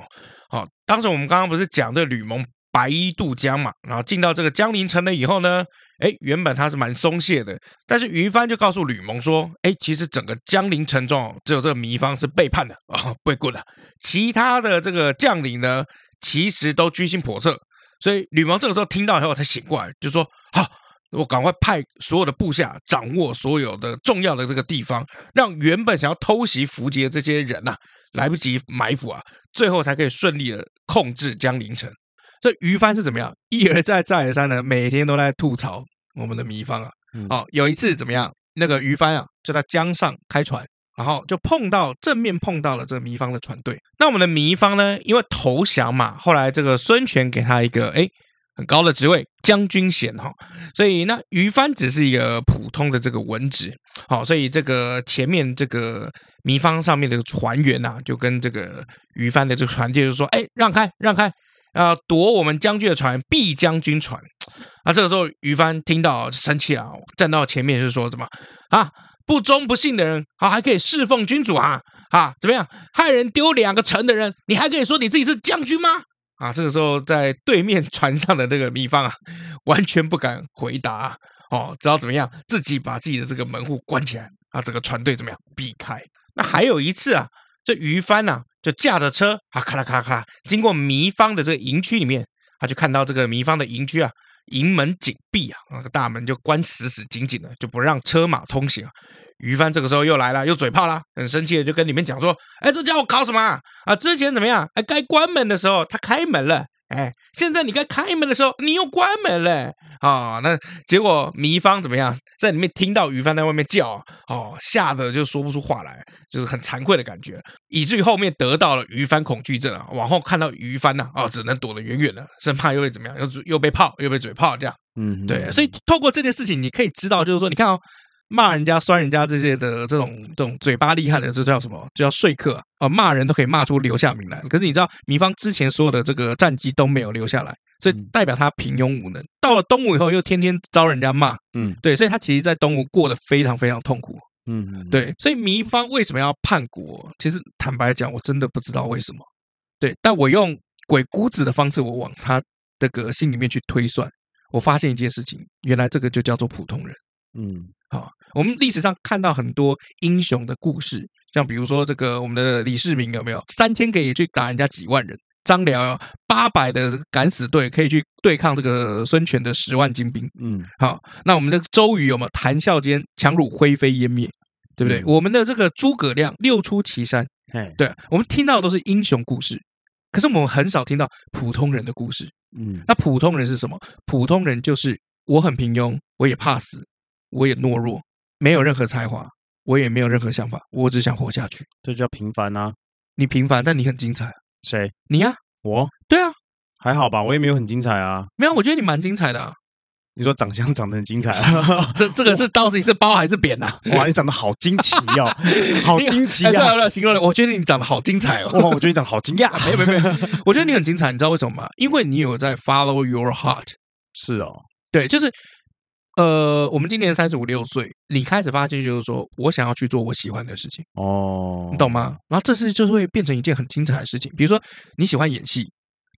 A: 好、当时我们刚刚不是讲这吕蒙白衣渡江嘛，然后进到这个江陵城了以后呢，哎，原本他是蛮松懈的，但是于翻就告诉吕蒙说：“哎，其实整个江陵城中哦，只有这个糜芳是背叛的 啊，被棍了。其他的这个将领呢，其实都居心叵测。所以吕蒙这个时候听到以后，才醒过来，就说：‘好，我赶快派所有的部下掌握所有的重要的这个地方，让原本想要偷袭伏击的这些人呐、来不及埋伏啊，最后才可以顺利的控制江陵城。’这于翻是怎么样？一而再，再而三的，每天都在吐槽我们的糜芳啊。哦，有一次怎么样？那个于帆啊，就在江上开船，然后就碰到正面碰到了这个糜芳的船队。那我们的糜芳呢，因为投降嘛，后来这个孙权给他一个哎很高的职位，将军衔哈、所以那于帆只是一个普通的这个文职，好、所以这个前面这个糜芳上面的船员呐、就跟这个于帆的这个船队就说，哎，让开，让开。啊！夺我们将军的船，必将军船。啊，这个时候于帆听到生气了，站到前面就说什么啊，不忠不信的人啊，还可以侍奉君主啊啊，怎么样，害人丢两个城的人，你还可以说你自己是将军吗？啊，这个时候在对面船上的那个糜芳啊， 完全不敢回答、哦，只好怎么样，自己把自己的这个门户关起来啊，整个船队怎么样避开？那还有一次啊，这于帆呐、就驾着车啊，咔啦咔啦咔啦，经过糜芳的这个营区里面，他就看到这个糜芳的营区啊，营门紧闭啊，那个大门就关死死紧紧的，就不让车马通行啊。于帆这个时候又来了，又嘴炮啦，很生气的就跟里面讲说：“哎，这家伙搞什么啊？啊之前怎么样？哎，该关门的时候他开门了。”哎，现在你该开门的时候，你又关门了啊、那结果糜芳怎么样？在里面听到于帆在外面叫啊，哦，吓得就说不出话来，就是很惭愧的感觉，以至于后面得到了于帆恐惧症啊。往后看到于帆呐、啊，哦，只能躲得远远的，生怕又会怎么样，又又被泡，又被嘴炮这样。
B: 嗯
A: 对，所以透过这件事情，你可以知道，就是说，你看哦，骂人家、酸人家这些的这种这种嘴巴厉害的，这叫什么？这叫说客啊、呃骂人都可以骂出留下名来。可是你知道，糜芳之前所有的这个战绩都没有留下来，所以
B: 嗯
A: 代表他平庸无能。到了东吴以后，又天天遭人家骂，
B: 嗯
A: 对，所以他其实在东吴过得非常非常痛苦。
B: 嗯，
A: 对，所以糜芳为什么要叛国？其实坦白讲，我真的不知道为什么。对，但我用鬼谷子的方式，我往他这个心里面去推算，我发现一件事情，原来这个就叫做普通人。
B: 嗯
A: 好，我们历史上看到很多英雄的故事，像比如说这个我们的李世民有没有三千可以去打人家几万人？张辽八百的敢死队可以去对抗这个孙权的十万精兵，
B: 嗯
A: 好，那我们的周瑜有没有谈笑间强弩灰飞烟灭，对不对？
B: 嗯
A: 我们的这个诸葛亮六出祁山，
B: 嘿
A: 对我们听到的都是英雄故事，可是我们很少听到普通人的故事。
B: 嗯
A: 那普通人是什么？普通人就是我很平庸，我也怕死，我也懦弱，没有任何才华，我也没有任何想法，我只想活下去。
B: 这叫平凡啊。
A: 你平凡，但你很精彩。
B: 谁？
A: 你呀、
B: 我
A: 对啊，
B: 还好吧，我也没有很精彩啊。
A: 没有，我觉得你蛮精彩的、啊。
B: 你说长相长得很精彩啊？
A: 这这个是到底是包还是 扁呐、啊？
B: 哇，你长得好惊奇哦，好啊惊奇
A: 哎，不要
B: 啊！
A: 不要形容了，我觉得你长得好精彩哦。
B: 哇，我觉得你长得好惊讶。
A: 啊没有没有没 有，我觉得你很精彩，你知道为什么吗？因为你有在 follow your heart。
B: 是哦，
A: 对，就是呃，我们今年三十五六岁，你开始发现就是说我想要去做我喜欢的事情，
B: 哦，
A: 你懂吗？？然后这事就会变成一件很精彩的事情。比如说你喜欢演戏，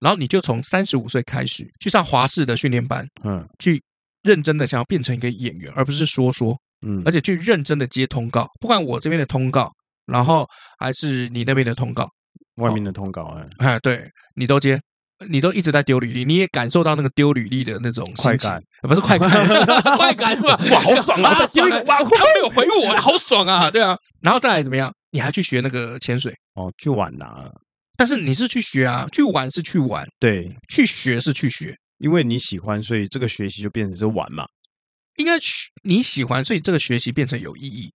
A: 然后你就从三十五岁开始去上华视的训练班，
B: 嗯
A: 去认真的想要变成一个演员，而不是说说，
B: 嗯，
A: 而
B: 且
A: 且去认真的接通告，不管我这边的通告，然后还是你那边的通告，
B: 外面的通稿哎，
A: 哎，对你都接，你都一直在丢履历，你也感受到那个丢履历的那种
B: 快
A: 心情
B: 感，
A: 呃不是快感， 快感是吧？
B: 哇好爽啊
A: 哇丢一个哇，他没有回我，好爽啊！对啊，然后再来怎么样？你还去学那个潜水，
B: 哦，去晚啦，
A: 但是你是去学啊，去玩是去玩，
B: 对，
A: 去学是去学，
B: 因为你喜欢，所以这个学习就变成是玩嘛，
A: 应该去你喜欢，所以这个学习变成有意义。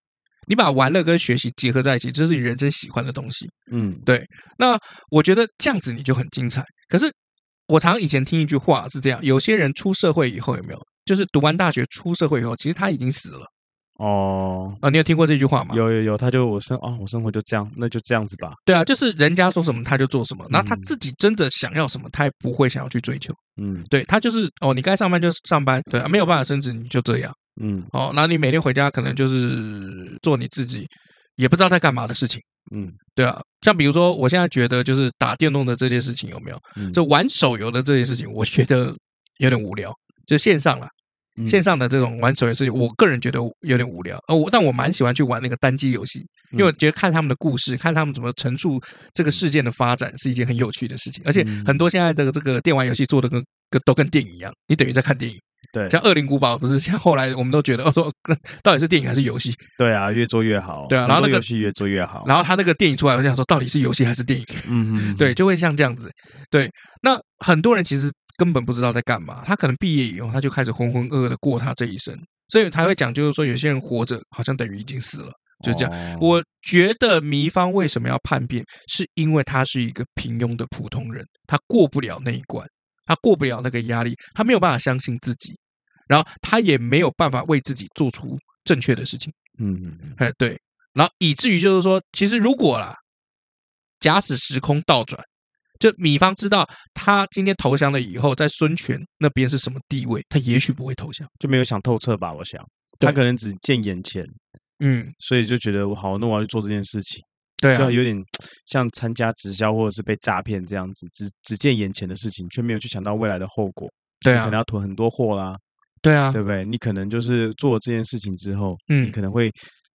A: 你把玩乐跟学习结合在一起，这是你人生喜欢的东西。
B: 嗯，
A: 那我觉得这样子你就很精彩。可是我常以前听一句话是这样：有些人出社会以后有没有，就是读完大学出社会以后，其实他已经死了
B: 哦，
A: 啊、你有听过这句话吗？
B: 有有有，他就我生啊，我生活就这样，那就这样子吧，
A: 对啊，就是人家说什么他就做什么，然后他
B: 嗯
A: 自己真的想要什么，他也不会想要去追求。
B: 嗯
A: 对他就是哦，你该上班就上班，对、啊，没有办法升职你就这样
B: 嗯
A: 哦。然后你每天回家可能就是做你自己也不知道在干嘛的事情。
B: 嗯
A: 对啊，像比如说，我现在觉得就是打电动的这件事情有没有？
B: 嗯
A: 这玩手游的这件事情，我觉得有点无聊。就线上了，
B: 嗯
A: 线上的这种玩手游事情，我个人觉得有点无聊。呃，我但我蛮喜欢去玩那个单机游戏，因为
B: 嗯
A: 我觉得看他们的故事，看他们怎么陈述这个事件的发展，是一件很有趣的事情。而且
B: 嗯
A: 很多现在这个这个电玩游戏做的跟跟都跟电影一样，你等于在看电影。
B: 对
A: 像《恶灵古堡》不是像后来我们都觉得哦说 到底是电影还是游戏？
B: 对啊，越做越好，
A: 对啊
B: 很
A: 然后
B: 多
A: 那个
B: 游戏越做越好，
A: 然后他那个电影出来，我就想说到底是游戏还是电影？
B: 嗯嗯
A: 对，就会像这样子。对，那很多人其实根本不知道在干嘛，他可能毕业以后他就开始浑浑噩噩的过他这一生，所以他会讲，就是说有些人活着好像等于已经死了，就这样。
B: 样
A: 我觉得迷方为什么要叛变，是因为他是一个平庸的普通人，他过不了那一关，他过不了那个压力，他没有办法相信自己，然后他也没有办法为自己做出正确的事情。
B: 嗯嗯
A: 哎，对，然后以至于就是说，其实如果啦，假使时空倒转，就米方知道他今天投降了以后，在孙权那边是什么地位，他也许不会投降。
B: 就没有想透彻吧，我想
A: 对
B: 他可能只见眼前，
A: 嗯，
B: 所以就觉得好，那我要去做这件事情，
A: 对
B: 就
A: 啊，
B: 有点像参加直销或者是被诈骗这样子，只只见眼前的事情，却没有去想到未来的后果，
A: 对
B: 你可
A: 啊
B: 能，要囤很多货啦，
A: 对啊，
B: 对不对？你可能就是做了这件事情之后，你
A: 嗯，
B: 可能会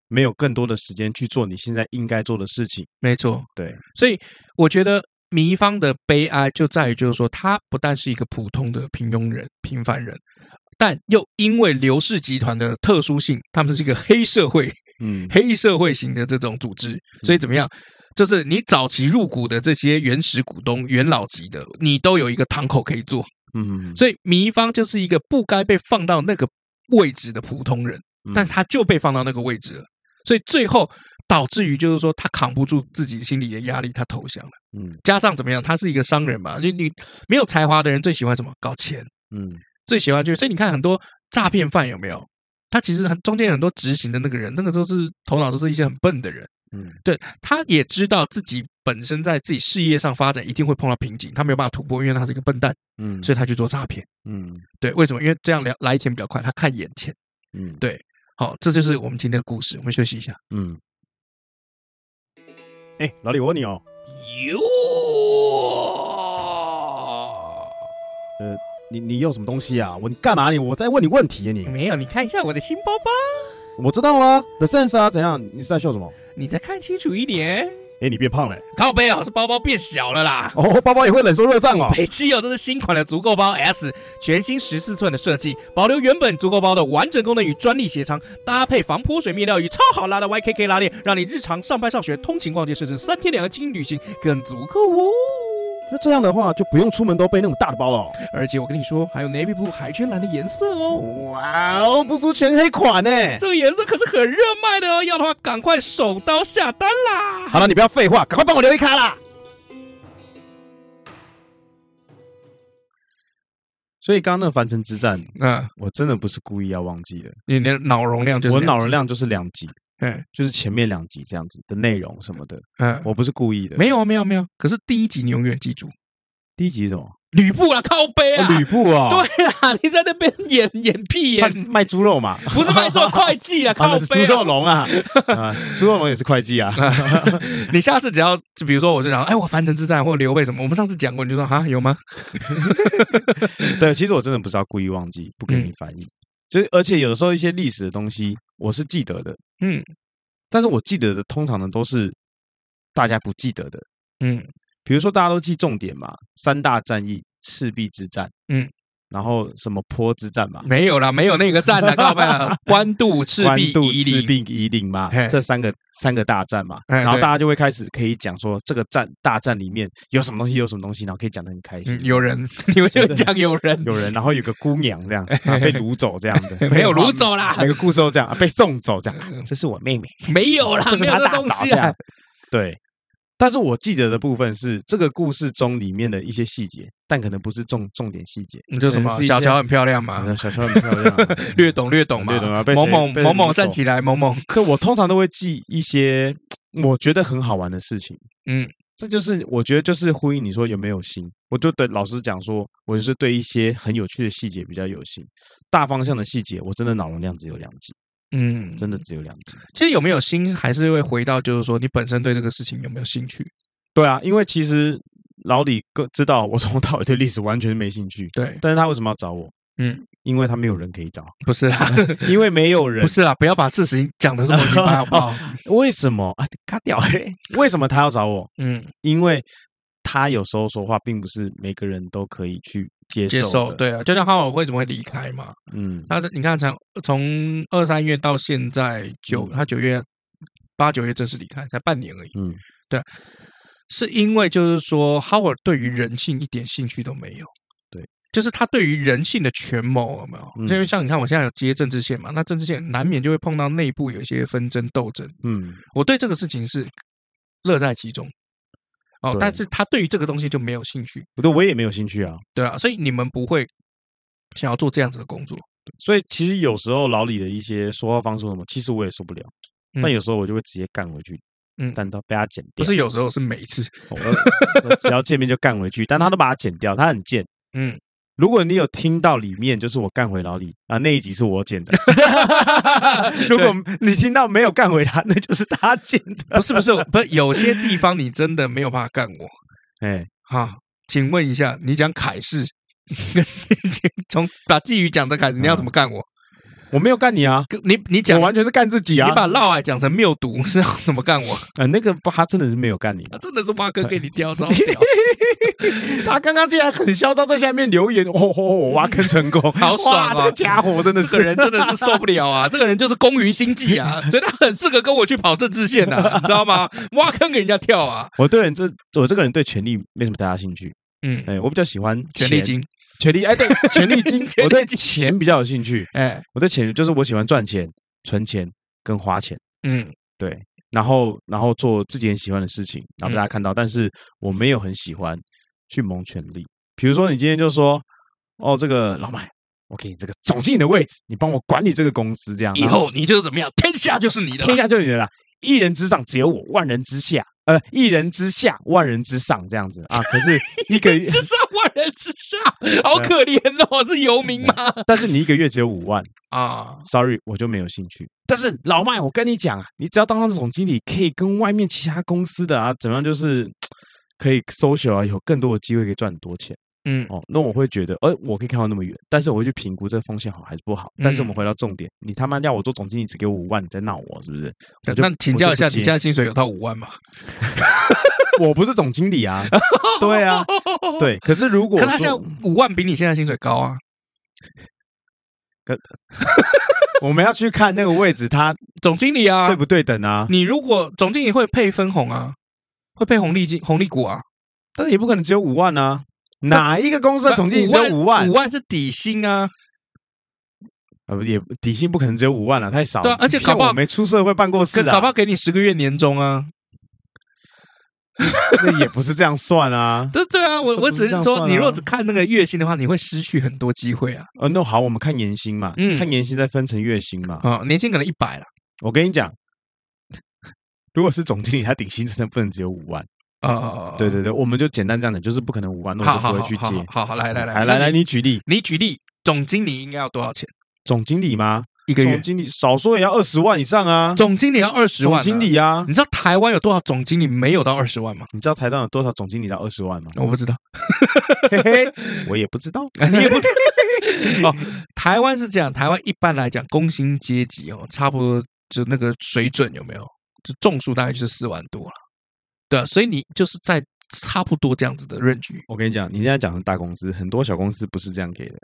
B: 没有更多的时间去做你现在应该做的事情，
A: 没错。
B: 对，
A: 所以我觉得迷方的悲哀就在于，就是说他不但是一个普通的平庸人、平凡人，但又因为刘氏集团的特殊性，他们是一个黑社会
B: 嗯
A: 黑社会型的这种组织，所以怎么样？就是你早期入股的这些原始股东、元老级的，你都有一个堂口可以做。
B: 嗯，
A: 所以迷方就是一个不该被放到那个位置的普通人，但他就被放到那个位置了，所以最后导致于就是说他扛不住自己心里的压力，他投降了。
B: 嗯
A: 加上怎么样？他是一个商人嘛，你你没有才华的人最喜欢什么？搞钱。
B: 嗯
A: 最喜欢就是，所以你看很多诈骗犯有没有？他其实很中间很多执行的那个人，那个都是头脑都是一些很笨的人。
B: 嗯，
A: 对，他也知道自己本身在自己事业上发展一定会碰到瓶颈，他没有办法突破，因为他是一个笨蛋，
B: 嗯，
A: 所以他去做诈骗。
B: 嗯
A: 对，为什么？因为这样来来钱比较快，他看眼前。
B: 嗯
A: 对好，这就是我们今天的故事。我们休息一下。
B: 嗯，哎，老李，我问你哦，
A: 哟，
B: 你你有什么东西啊？我你干嘛你？我在问你问题啊你！
A: 没有，你看一下我的新包包，
B: 我知道啊，The Sense 啊，怎样？你是在笑什么？
A: 你再看清楚一点。
B: 哎，你变胖了欸、
A: 靠背哦，是包包变小了啦。
B: 哦，包包也会冷缩热胀哦。
A: 北汽哦，这是新款的足够包 S，全新十四寸的设计，保留原本足够包的完整功能与专利鞋仓，搭配防泼水面料与超好拉的 YKK 拉链，让你日常上班、上学、通勤、逛街，甚至三天两夜轻旅行更足够哦。
B: 那这样的话，就不用出门都背那种大的包了哦、
A: 而且我跟你说，还有 navy blue 海军蓝的颜色哦，
B: 哇哦，不出全黑款呢、
A: 这个颜色可是很热卖的哦，要的话赶快手刀下单啦！
B: 好了，你不要废话，赶快帮我留一卡啦。所以刚刚那凡尘之战，
A: 嗯，
B: 我真的不是故意要忘记的，
A: 你的脑容量
B: 我啊脑容，量就是哎两集，
A: 嗯
B: 就是前面两集这样子的内容什么的，
A: 嗯，
B: 我不是故意的。
A: 没有啊，没有没有，可是第一集你永远记住，
B: 第一集是什么？
A: 吕布啊，靠背啊，
B: 哦吕布哦，
A: 对啦，你在那边演演屁
B: 卖
A: 演，
B: 卖猪肉嘛，
A: 不是卖做会 计啊，
B: 啊
A: 靠
B: 那是猪
A: 背啊
B: 肉龙 啊，啊猪肉龙也是会计啊，
A: 你下次只要就比如说我就讲，哎，我樊城之战或刘备什么，我们上次讲过，你就说哈有吗？
B: 对，其实我真的不是要故意忘记，不给
A: 嗯
B: 你翻译。所以，而且有的时候一些历史的东西我是记得的，
A: 嗯
B: 但是我记得的通常呢都是大家不记得的。
A: 嗯
B: 比如说大家都记重点嘛，三大战役、赤壁之战，
A: 嗯，
B: 然后什么坡之战嘛，
A: 没有啦，没有那个战啊，告白 啊，官渡、赤
B: 官
A: 壁、
B: 渡、
A: 夷
B: 赤
A: 陵，
B: 壁、夷陵嘛
A: 嘿，
B: 这三个三个大战嘛，
A: 哎
B: 然后
A: 对
B: 大家就会开始可以讲说这个战大战里面有什么东西，有什么东西，然后可以讲得很开心。
A: 嗯， 有人，你们就讲有人，
B: 有人，然后有个姑娘 这样，然后被掳走这样的，
A: 没有掳走啦
B: 每个故事都这样，啊被送走这 样，这是我妹妹，
A: 没有哦啦，
B: 这是
A: 没有
B: 她
A: 这
B: 大
A: 东
B: 嫂
A: 西
B: 这
A: 啊
B: 样，，对。但是我记得的部分是这个故事中里面的一些细节，但可能不是重重点细节。
A: 你就什么
B: 可能嗯是一些
A: 小乔很漂亮
B: 可
A: 嘛，
B: 能小乔很漂亮 啊，
A: 嗯略懂略懂嘛，
B: 略懂啊被谁
A: 某某
B: 被谁
A: 某某
B: 掳走
A: 站起来，某某，
B: 可我通常都会记一些我觉得很好玩的事情，
A: 嗯
B: 这就是我觉得就是呼应你说有没有心。我就对老师讲说，我就是对一些很有趣的细节比较有心，大方向的细节我真的脑容量只有两集，
A: 嗯，
B: 真的只有两集。
A: 其实有没有心，还是会回到就是说你本身对这个事情有没有兴趣？
B: 对啊，因为其实老李哥知道我从头到尾对历史完全没兴趣，
A: 对，
B: 但是他为什么要找我？
A: 嗯，
B: 因为他没有人可以找，
A: 不是啊啦，
B: 因为没有人
A: 不。是啦，不要把事情讲的这么明白好不 好？
B: 为什么啊？卡掉、欸！为什么他要找我？
A: 嗯，
B: 因为他有时候说话并不是每个人都可以去接受
A: 接
B: 的。
A: 受，对啊，就像康委会怎么会离开嘛？
B: 嗯，
A: 他的你看从从二三月到现在九，他九月八九月正式离开，才半年而已。
B: 嗯，
A: 对啊，是因为就是说，Howard 对于人性一点兴趣都没有。
B: 对，
A: 就是他对于人性的权谋有没有？
B: 嗯
A: 因为像你看，我现在有接政治线嘛，那政治线难免就会碰到内部有一些纷争斗争。
B: 嗯，
A: 我对这个事情是乐在其中。哦，
B: 对
A: 但是他对于这个东西就没有兴趣，
B: 不对，我也没有兴趣啊。
A: 对啊，所以你们不会想要做这样子的工作。
B: 所以其实有时候老李的一些说话方式或什么，其实我也受不了。
A: 嗯
B: 但有时候我就会直接干回去，
A: 嗯
B: 但都被他剪
A: 不
B: 掉。
A: 是有时候，是每一次。
B: 我我我只要见面就干回去，但他都把它剪掉，他很贱。
A: 嗯，
B: 如果你有听到里面，就是我干回老李啊那一集是我剪 的。如果你听到没有干回他，那就是他剪的。
A: 不是不是不是，有些地方你真的没有办法干我
B: 哎，
A: 哈。请问一下，你讲凯氏，从把寄语讲成凯氏，你要怎么干我？
B: 我没有干你啊，
A: 你你
B: 我
A: 讲
B: 完全是干自己
A: 你
B: 啊。
A: 把绕海讲成谬毒，是要怎么干我？
B: 啊，那个不他真的是没有干你
A: 他
B: 的。
A: 真的是挖坑给你跳，超屌，
B: 他刚刚竟然很嚣张，在下面留言，哦吼，我挖坑成 功，
A: 好爽
B: 哇
A: 啊
B: 这个家伙真的
A: 这
B: 是
A: 个人真的是受不了啊！这个人就是工于心计啊，所以他很适合跟我去跑政治线啊，你知道吗？挖坑给人家跳啊，
B: 我对人这我这个人对权力没什么太大兴趣，
A: 嗯，
B: 哎，我比较喜欢
A: 权力
B: 钱，
A: 金，
B: 权力哎对， 权力金，我对钱比较有兴趣，
A: 哎，
B: 我对钱就是我喜欢赚钱、存钱跟花钱，
A: 嗯
B: 对，然后然后做自己很喜欢的事情，然后
A: 嗯
B: 被大家看到，但是我没有很喜欢去谋权力，比如说你今天就说，哦，这个老麦，我给你这个总经理的位置，你帮我管理这个公司，这样
A: 以
B: 然后
A: 后你就是怎么样，天下就是你的
B: 天
A: 啦，
B: 下就你的啦，一人之上只有我，万人之下，呃，一人之下，万人之上这样子啊。可是一个月，
A: 之上万人之 下，好可怜哦，是游民吗？
B: 但是你一个月只有五万
A: 啊，
B: ，sorry，我就没有兴趣。但是老麦，我跟你讲啊，你只要当上总经理，可以跟外面其他公司的啊，怎么样，就是可以 social 啊，有更多的机会可以赚很多钱
A: 嗯
B: 哦。那我会觉得，呃，我可以看到那么远，但是我会去评估这个风险好还是不好。但是我们
A: 嗯
B: 回到重点，你他妈要我做总经理，只给我五万，你在闹我是不是？我就
A: 那请教一下，
B: 我就不
A: 你现
B: 接
A: 在薪水有到五万吗？
B: 我不是总经理 啊， 对啊，对。可是如果
A: 可他现在
B: 说
A: 五万比你现在薪水高啊，
B: 我们要去看那个位置，它
A: 总经理
B: 对
A: 啊，
B: 不对等啊？
A: 你如果总经理会配分红啊，会配红利金、红利股啊，
B: 但是也不可能只有五万啊。哪一个公司的总经理只有五万
A: 五？万是底薪啊，
B: 呃，不也底薪不可能只有五万了，太少了。
A: 对啊而且搞不
B: 像
A: 好
B: 我没出社会办过事
A: 可
B: 啊，
A: 搞不好给你十个月年终啊。
B: 那也不是这样算啊。
A: 对对啊，我
B: 这不
A: 我
B: 是
A: 只
B: 这
A: 是
B: 样
A: 说，
B: 算
A: 你如
B: 啊
A: 果只看那个月薪的话，你会失去很多机会啊。
B: 呃，那好，我们看年薪嘛，
A: 嗯
B: 看年薪再分成月薪嘛。
A: 啊，年薪可能一百了
B: 我跟你讲，如果是总经理，他底薪真的不能只有五万，
A: 啊，
B: 对对对，我们就简单这样讲，就是不可能五万，那
A: 好，
B: 我就
A: 好
B: 不
A: 好
B: 会去
A: 好
B: 接。嗯
A: 好好，来来来
B: 来来来，
A: 你
B: 你举例，
A: 你举例，总经理应该要多少钱
B: 总经理吗？
A: 一个月
B: 总？经理少说也要二十万以上啊，
A: 总经理要二十万、嗯
B: 总经，理啊，
A: 你知道台湾有多少总经理没有到二十万吗？
B: 你知道台上有多少总经理到二十万 吗？
A: 我不知道，
B: 嘿嘿，我也不知道。
A: 你也不知 道。哦，台湾是这样，台湾一般来讲，工薪阶级哦，差不多就那个水准有没有？就中数大概就是四万多了。对、啊，所以你就是在差不多这样子的 range。
B: 我跟你讲，你现在讲的大公司，很多小公司不是这样给的，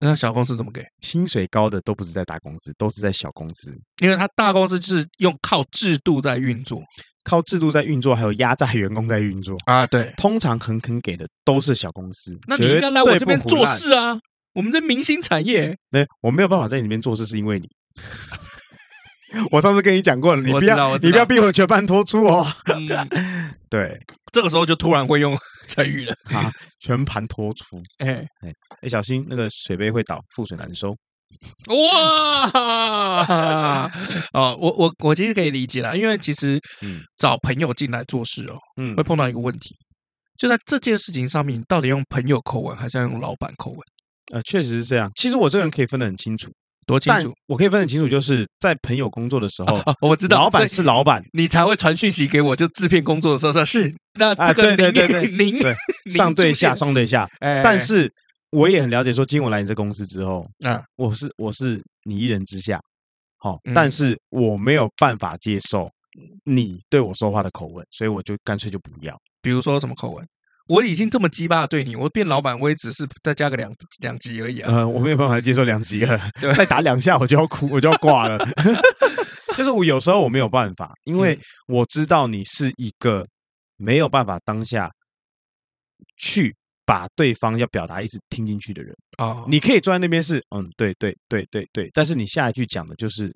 A: 那小公司怎么给？
B: 薪水高的都不是在大公司，都是在小公司，
A: 因为他大公司就是用靠制度在运作
B: 靠制度在运作，还有压榨员工在运作。
A: 啊。对，
B: 通常肯肯给的都是小公司，
A: 那你应该来
B: 绝对
A: 我这边
B: 不胡
A: 做
B: 乱。
A: 事啊。我们这明星产业，
B: 对，我没有办法在你那边做事，是因为你。 我上次跟你讲过了，你
A: 我
B: 不
A: 知道
B: 要
A: 我
B: 你
A: 知
B: 不要
A: 道
B: 逼我全班脱出哦。
A: 嗯，
B: 对，
A: 这个时候就突然 会用成语了。
B: 啊，全盘托出。
A: 哎，
B: 哎，小心那个水杯会倒，覆水难收。
A: 哇！ 哦，我我我其实可以理解啦，因为其实
B: 嗯
A: 找朋友进来做事哦，
B: 嗯
A: 会碰到一个问题，就在这件事情上面，你到底用朋友口吻还是要用老板口吻？
B: 呃，确实是这样。其实我这个人可以分得很清楚，
A: 多清
B: 但
A: 楚！
B: 我可以分得很清楚，就是在朋友工作的时候，
A: 哦，我知道，
B: 老
A: 所
B: 板
A: 以
B: 是 老板，
A: 你才会传讯息给我，就制片工作的时候说是那
B: 啊
A: 这个
B: 对
A: 您
B: 对对
A: 您
B: 对
A: 您
B: 上对下，
A: 出现，
B: 上对下。
A: 哎
B: 但是我也很了解，说今天我来你这公司之后，
A: 啊，
B: 我是我是你一人之下，好、
A: 嗯
B: 但是我没有办法接受你对我说话的口吻，所以我就干脆就不要。
A: 比如说什么口吻，我已经这么鸡巴地对你，我变老板我也只是再加个两两级而已啊，
B: 呃，我没有办法接受两极了
A: 对，
B: 再打两下我就要哭，我就要挂了。 就是我有时候我没有办法，因为
A: 嗯
B: 我知道你是一个没有办法当下去把对方要表达意思听进去的人。
A: 哦，
B: 你可以坐在那边是嗯，对对对对对，但是你下一句讲的就是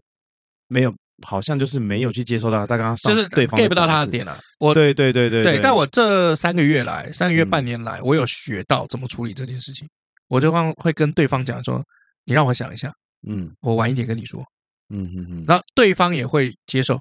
B: 没有，好像就是没有去接受到他刚刚上
A: 就是呃
B: 对方
A: get 不到
B: 表达
A: 他
B: 意
A: 的
B: 思。
A: 点了，我
B: 对对对对
A: 对，但我这三个月来，三个月
B: 嗯
A: 半年来，我有学到怎么处理这件事情。我就刚会跟对方讲说，你让我想一下，
B: 嗯
A: 我晚一点跟你说。
B: 嗯嗯嗯
A: 然后对方也会接受，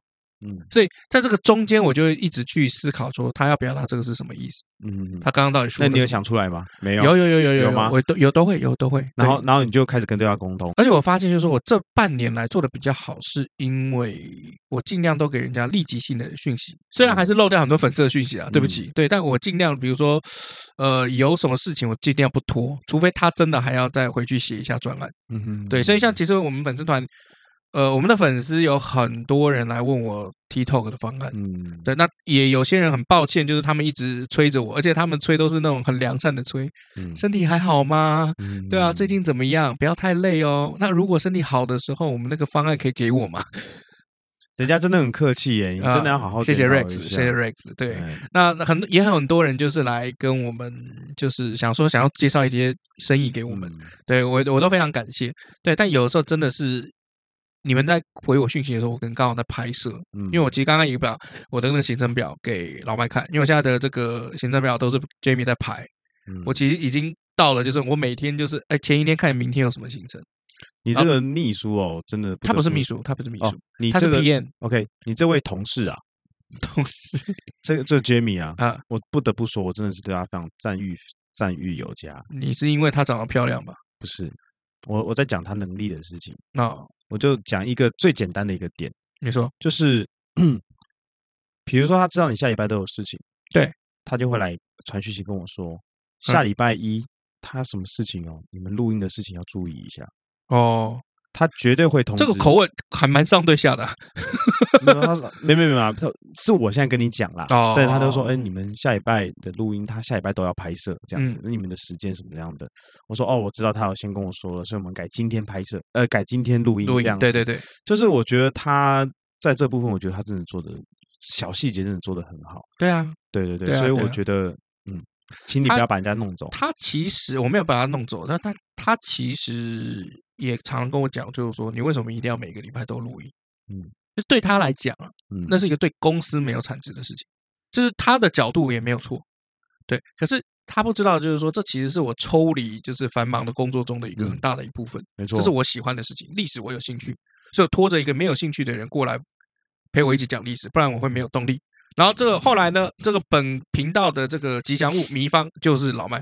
B: 嗯
A: 所以在这个中间，我就会一直去思考说，他要表达这个是什么意思？
B: 嗯，嗯
A: 他刚刚到底说
B: 那
A: 了
B: 你有
A: 什么？
B: 想出来吗？没
A: 有有有有
B: 有吗
A: 我都有都会有都会。
B: 然后
A: 对，
B: 然后你就开始跟对方沟通。
A: 而且我发现，就是说我这半年来做的比较好，是因为我尽量都给人家立即性的讯息，虽然还是漏掉很多粉色的
B: 嗯
A: 讯息啊，对不起，对，但我尽量，比如说，呃，有什么事情我尽量不拖，除非他真的还要再回去写一下专栏。
B: 嗯哼，
A: 对，所以像其实我们粉丝团，呃，我们的粉丝有很多人来问我 TikTok 的方案。
B: 嗯，
A: 对，那也有些人很抱歉，就是他们一直催着我，而且他们催都是那种很良善的催，
B: 嗯
A: 身体还好吗？
B: 嗯
A: 对啊，最近怎么样？不要太累哦。那如果身体好的时候，我们那个方案可以给我嘛？
B: 人家真的很客气耶，你
A: 啊
B: 真的要好好
A: 谢谢
B: 检讨
A: Rex，
B: 一
A: 谢
B: 下
A: 谢 Rex。对，
B: 哎
A: 那很也很多人就是来跟我们，就是想说想要介绍一些生意给我们，
B: 嗯
A: 对我我都非常感谢。对，但有的时候真的是你们在回我讯息的时候，我跟刚好在拍摄，
B: 嗯
A: 因为我其实刚刚也把我的那个行程表给老麦看，因为我现在的这个行程表都是 Jamie 在排，
B: 嗯
A: 我其实已经到了，就是我每天就是哎前一天看明天有什么行程，
B: 你这个秘书哦，真的
A: 他不是
B: 得
A: 秘书，他不是秘
B: 哦
A: 书，，
B: 你
A: 他是
B: 这个
A: PM
B: OK，你这位同事啊，
A: 同事
B: 这个这 Jamie 啊，
A: 啊，
B: 我不得不说，我真的是对他非常赞誉赞誉有加。
A: 你是因为她长得漂亮吧？
B: 不是，我我在讲他能力的事情，
A: 那、
B: 我就讲一个最简单的一个点，
A: 你说
B: 就是比如说他知道你下礼拜都有事情，
A: 对，嗯
B: 他就会来传讯息跟我说，下礼拜一他什么事情哦，你们录音的事情要注意一下。
A: 哦，
B: 他绝对会通知
A: 这个口吻还蛮上对下的啊、
B: 没有，他说没没没啊，他是我现在跟你讲啦。
A: 哦
B: 但是他就说，哎，你们下礼拜的录音，他下礼拜都要拍摄，这
A: 嗯
B: 样子，那你们的时间什么样的？我说，哦，我知道他有先跟我说了，所以我们改今天拍摄，呃，改今天录音，
A: 录
B: 这
A: 音
B: 样子。
A: 对对对，
B: 就是我觉得他在这部分，我觉得他真的做的小细节真的做的很好。
A: 对啊，
B: 对对对，
A: 对啊
B: 所以
A: 对啊
B: 我觉得，嗯，请你
A: 他
B: 不要把人家弄走。
A: 他其实我没有把他弄走，但他他其实也常常跟我讲，就是说你为什么一定要每个礼拜都录音？
B: 嗯，
A: 就对他来讲啊，
B: 嗯，
A: 那是一个对公司没有产值的事情，就是他的角度也没有错，对。可是他不知道，就是说这其实是我抽离就是繁忙的工作中的一个很
B: 嗯
A: 大的一部分，
B: 没错，
A: 这是我喜欢的事情。历史我有兴趣，所以我拖着一个没有兴趣的人过来陪我一起讲历史，不然我会没有动力。然后这个后来呢，这个本频道的这个吉祥物迷方就是老麦，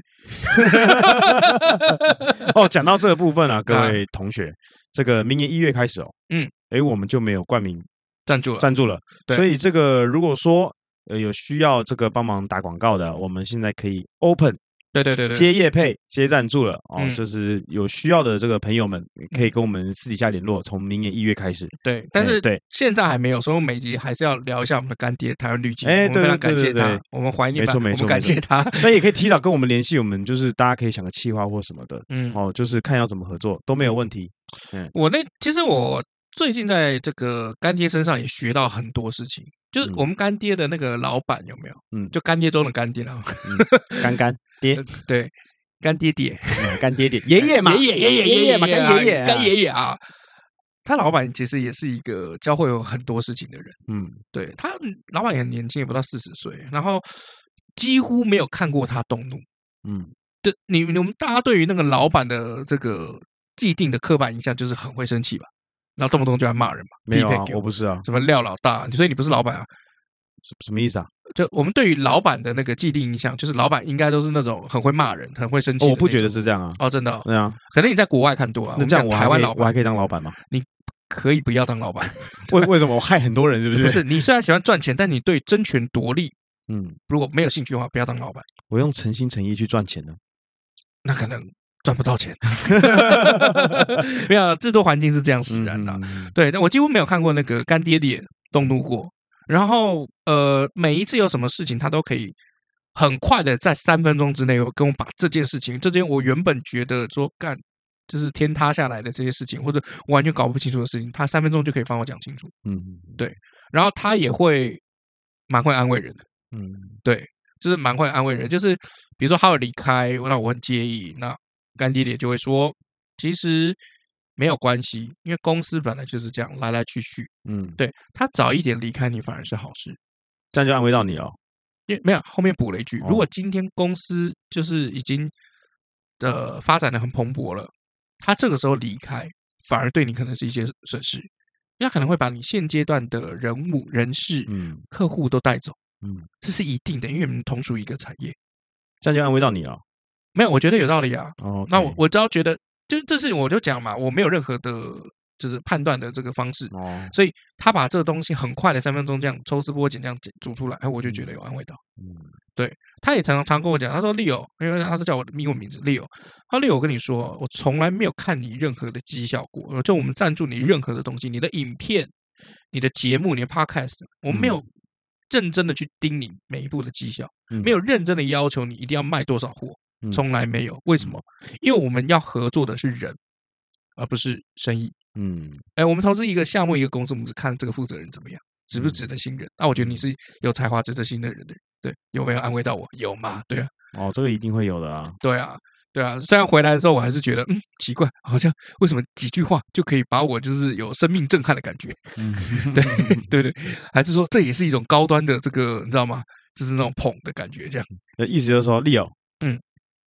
B: 哦，讲到这个部分 啊，各
A: 啊
B: 位同学，这个明年一月开始哦，
A: 嗯，
B: 哎，我们就没有冠名
A: 站住了，
B: 赞助了，
A: 对
B: 所以这个如果说呃有需要这个帮忙打广告的，我们现在可以 open
A: 对对对对，
B: 接业配接赞助了哦
A: 嗯，
B: 就是有需要的这个朋友们可以跟我们私底下联络，从明年一月开始，哎
A: 对，但是
B: 对
A: 现在还没有，所以我们每集还是要聊一下我们的干爹台湾绿金，
B: 哎
A: 我们非
B: 对
A: 常感
B: 对对
A: 谢他
B: 对对，
A: 我们怀念
B: 没
A: 他，
B: 错
A: 我
B: 没
A: 们
B: 错
A: 感
B: 没错
A: 谢他，
B: 那也可以提早跟我们联系，我们就是大家可以想个企划或什么的，
A: 嗯，
B: 哦，就是看要怎么合作都没有问 题。
A: 我那其实我最近在这个干爹身上也学到很多事情，就是
B: 嗯
A: 我们干爹的那个老板有没有？
B: 嗯
A: 就干爹中的干爹啊，
B: 干干爹，
A: 对，干爹爹，
B: 嗯干爹爹，爷爷嘛，
A: 爷爷爷爷
B: 爷爷嘛，
A: 啊
B: 干爷爷啊，
A: 干爷爷啊。他老板其实也是一个教会有很多事情的人，
B: 嗯，
A: 对他老板也很年轻，也不到四十岁，然后几乎没有看过他动怒。
B: 嗯
A: 对你，你们大家对于那个老板的这个既定的刻板印象就是很会生气吧，然后动不动就来骂人嘛，
B: 没有啊
A: 批，评
B: 我不是啊，
A: 什么廖老大，所以你不是老板啊？
B: 什什么意思啊？
A: 就我们对于老板的那个既定印象，就是老板应该都是那种很会骂人、很会生气、
B: 哦我不觉得。是这样啊，
A: 哦，真的、哦，
B: 对啊，
A: 可能你在国外看多了。啊
B: 那这样
A: 我
B: 我
A: 们
B: 还
A: 讲台湾
B: 可以
A: 老
B: 我还
A: 板
B: 可以当老板吗？
A: 可以不要当老板，
B: 为为什么我害很多人是不是？
A: 不 是你虽然喜欢赚钱，但你对争权夺利
B: 嗯，
A: 如果没有兴趣的话，不要当老板，
B: 我用诚心诚意去赚钱呢。
A: 那可能赚不 到钱。 没有，制度环境是这样使然的、
B: 嗯
A: 对，但我几乎没有看过那个干爹爹动怒过。然后呃，每一次有什么事情，他都可以很快的在三分钟之内跟我把这件事情，这件我原本觉得说干就是天塌下来的这些事情，或者我完全搞不清楚的事情，他三分钟就可以帮我讲清楚。
B: 嗯
A: 然后他也会蛮会安慰人的。
B: 嗯
A: 就是蛮会安慰人，就是比如说他有离开，那我很介意，那干爹爹就会说，其实没有关系，因为公司本来就是这样来来去去，
B: 嗯，
A: 对他早一点离开你反而是好事。
B: 这样就安慰到你了。
A: 因为没有后面补了一句，如果
B: 哦
A: 今天公司就是已经呃发展的很蓬勃了，他这个时候离开，反而对你可能是一些损失，因为他可能会把你现阶段的人物、人事、
B: 嗯
A: 客户都带走，
B: 嗯，
A: 这是一定的，因为你们同属一个产业。
B: 这样就安慰到你了。
A: 没有，我觉得有道理啊。
B: 哦，
A: 那我我只要觉得，就这事情我就讲嘛，我没有任何的，就是判断的这个方式，
B: 哦，
A: 所以他把这个东西很快的三分钟这样抽丝剥茧这样煮出来，哎，我就觉得有安慰到。
B: 嗯
A: 他也常常跟我讲，他说 Leo，因为他都叫我英文名字 Leo，他说 Leo，我跟你说，我从来没有看你任何的绩效过，就我们赞助你任何的东西，你的影片、你的节目、你的 Podcast，我没有认真的去盯你每一步的绩效，
B: 嗯
A: 没有认真的要求你一定要卖多少货，
B: 嗯
A: 从来没有。为什么？因为我们要合作的是人，而不是生意。
B: 嗯
A: 哎，我们投资一个项目、一个公司，我们只看这个负责人怎么样，值不
B: 嗯
A: 值得信任。啊那、我觉得你是有才华、值得信任的人，对，有没有安慰到我？有嘛？对啊，
B: 哦，这个一定会有的 啊。
A: 对啊，对啊。虽然回来的时候，我还是觉得，嗯，奇怪，好像为什么几句话就可以把我就是有生命震撼的感觉？
B: 嗯，
A: 对对对，还是说这也是一种高端的这个，你知道吗？就是那种捧的感觉，这样。
B: 那意思就是说，Leo，
A: 嗯，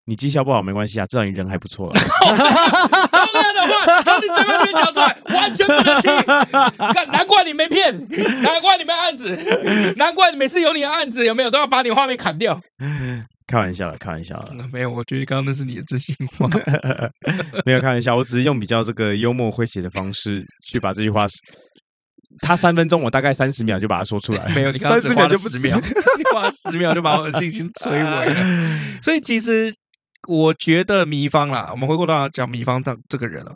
B: 你绩效不好没关系啊，至少你人还不错了。
A: 这样的话从你嘴巴里面讲出来，完全不能听。干难怪你没骗，难怪你没案子，难怪每次有你的案子有没有都要把你画面砍掉。
B: 开玩笑了，开玩笑了，
A: 啊没有，我觉得刚刚那是你的真心话。嗯
B: 没有开玩笑，我只是用比较这个幽默诙谐的方式去把这句话。他三分钟，我大概三十秒就把它说出来。
A: 没有，你刚
B: 三
A: 刚只
B: 十
A: 花
B: 秒
A: 了
B: 就不
A: 十
B: 止
A: 秒， 你花了十秒就把我的信心摧毁了。所以其实我觉得迷方啦，我们回过头来讲迷方的这个人了。哦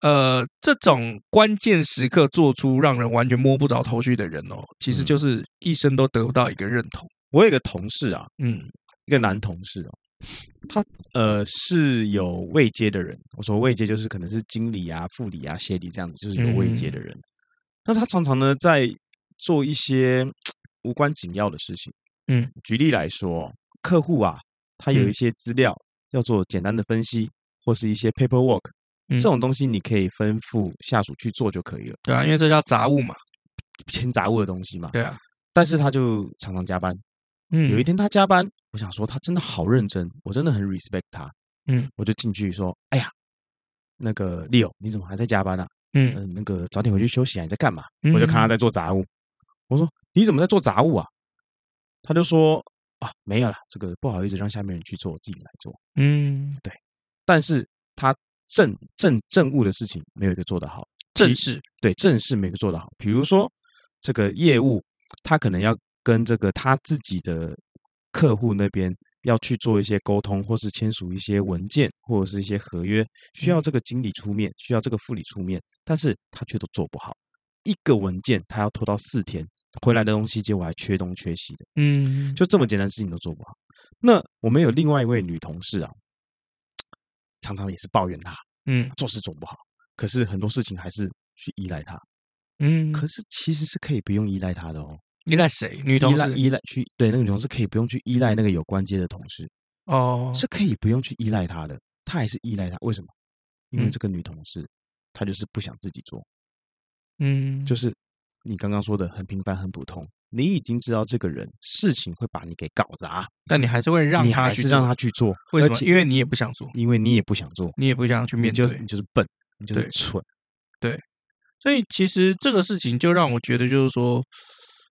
A: 呃，这种关键时刻做出让人完全摸不着头绪的人哦，其实
B: 嗯
A: 就是一生都得不到一个认同。
B: 我有一个同事啊，
A: 嗯
B: 一个男同事哦，他呃是有位阶的人，我说位阶就是可能是经理啊、副理啊、协理这样子，就是有位阶
A: 嗯
B: 的人。那他常常呢在做一些无关紧要的事情。
A: 嗯，
B: 举例来说，客户啊，他有
A: 嗯
B: 一些资料要做简单的分析，或是一些 paperwork。
A: 嗯
B: 这种东西你可以吩咐下属去做就可以了，
A: 对啊，因为这叫杂物嘛。
B: 偏杂物的东西嘛。
A: 对啊，
B: 但是他就常常加班，
A: 嗯，
B: 有一天他加班，我想说他真的好认真，我真的很 respect 他。
A: 嗯，
B: 我就进去说：“哎呀，那个 Leo，你怎么还在加班啊？嗯、
A: 嗯，
B: 那个早点回去休息啊，你在干嘛？”
A: 嗯
B: 我就看他在做杂物，我说：“你怎么在做杂物啊？”他就说啊，没有了，这个不好意思让下面人去做，我自己来做。
A: 嗯，
B: 但是他政政政务的事情没有一个做得好，
A: 正式
B: 对正事没有一个做得好。比如说这个业务，他可能要跟这个他自己的客户那边要去做一些沟通，或是签署一些文件或者是一些合约，需要这个经理出面，需要这个副理出面，但是他却都做不好。一个文件他要拖到四天，回来的东西结果还缺东缺西的。
A: 嗯，
B: 就这么简单的事情都做不好。那我们有另外一位女同事啊，常常也是抱怨她
A: 嗯
B: 做事做不好，可是很多事情还是去依赖她。
A: 嗯，
B: 可是其实是可以不用依赖她的哦，
A: 依赖谁？女同
B: 依赖
A: 事嗯
B: 依赖去对那个女同事可以不用去依赖那个有关接的同事，
A: 哦，
B: 是可以不用去依赖她的，她还是依赖她。为什么？因为
A: 嗯
B: 这个女同事她就是不想自己做，
A: 嗯，
B: 就是是你刚刚说的很平凡很普通。你已经知道这个人事情会把你给搞砸，
A: 但你还是会让
B: 你
A: 他
B: 还
A: 去
B: 是
A: 做，
B: 让他去做，
A: 为
B: 而
A: 什么？
B: 且
A: 因为你也不想做，
B: 因为你也不想做，
A: 你也不想去
B: 你
A: 面
B: 就
A: 对
B: 是，你就是笨，你就是
A: 对
B: 蠢。
A: 所以其实这个事情就让我觉得，就是说，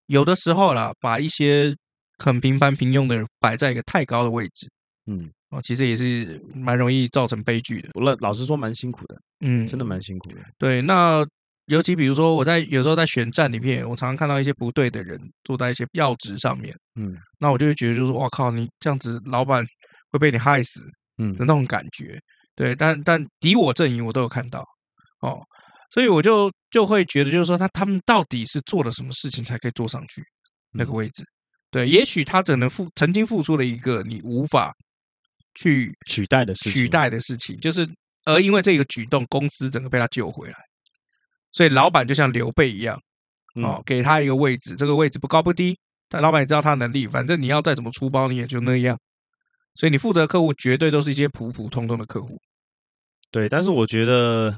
A: 有的时候啦，把一些很平凡平庸的人摆在一个太高的位置
B: 嗯，
A: 哦，其实也是蛮容易造成悲剧的。
B: 我老老实说蛮辛苦的，
A: 嗯，
B: 真的蛮辛苦的。
A: 对。那尤其比如说，我在有时候在选战里面，我常常看到一些不对的人坐在一些要职上面，
B: 嗯
A: 那我就会觉得，就是哇靠，你这样子，老板会被你害死。
B: 嗯
A: 的那种感觉。对，但但敌我阵营我都有看到哦，所以我就就会觉得，就是说他他们到底是做了什么事情才可以坐上去那个
B: 嗯
A: 位置？对，也许他只能付曾经付出了一个你无法去
B: 取代的事情，
A: 取代的事情，就是而因为这个举动，公司整个被他救回来。所以老板就像刘备一样，
B: 嗯
A: 哦，给他一个位置，这个位置不高不低，但老板也知道他的能力，反正你要再怎么出包，你也就那样。所以你负责的客户绝对都是一些普普通通的客户，
B: 对。但是我觉得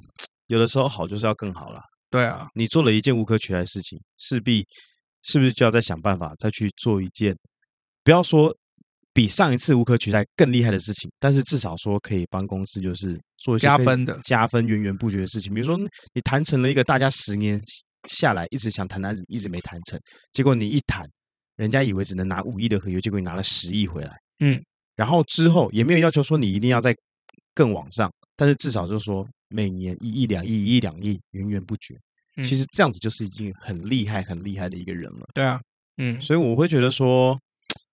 B: 有的时候好就是要更好啦。
A: 对啊，
B: 你做了一件无可取代的事情，势必是不是就要再想办法再去做一件，不要说比上一次无可取代更厉害的事情，但是至少说可以帮公司就是做一些
A: 加
B: 可以
A: 分的
B: 加分源源不绝的事情。比如说你谈成了一个大家十年下来一直想谈的案子，一直没谈成，结果你一谈，人家以为只能拿五亿的合约，结果你拿了十亿回来，
A: 嗯，
B: 然后之后也没有要求说你一定要再更往上，但是至少就是说每年一亿两亿一亿两亿源源不绝。
A: 嗯
B: 其实这样子就是已经很厉害、很厉害的一个人了。
A: 对啊，嗯
B: 所以我会觉得说，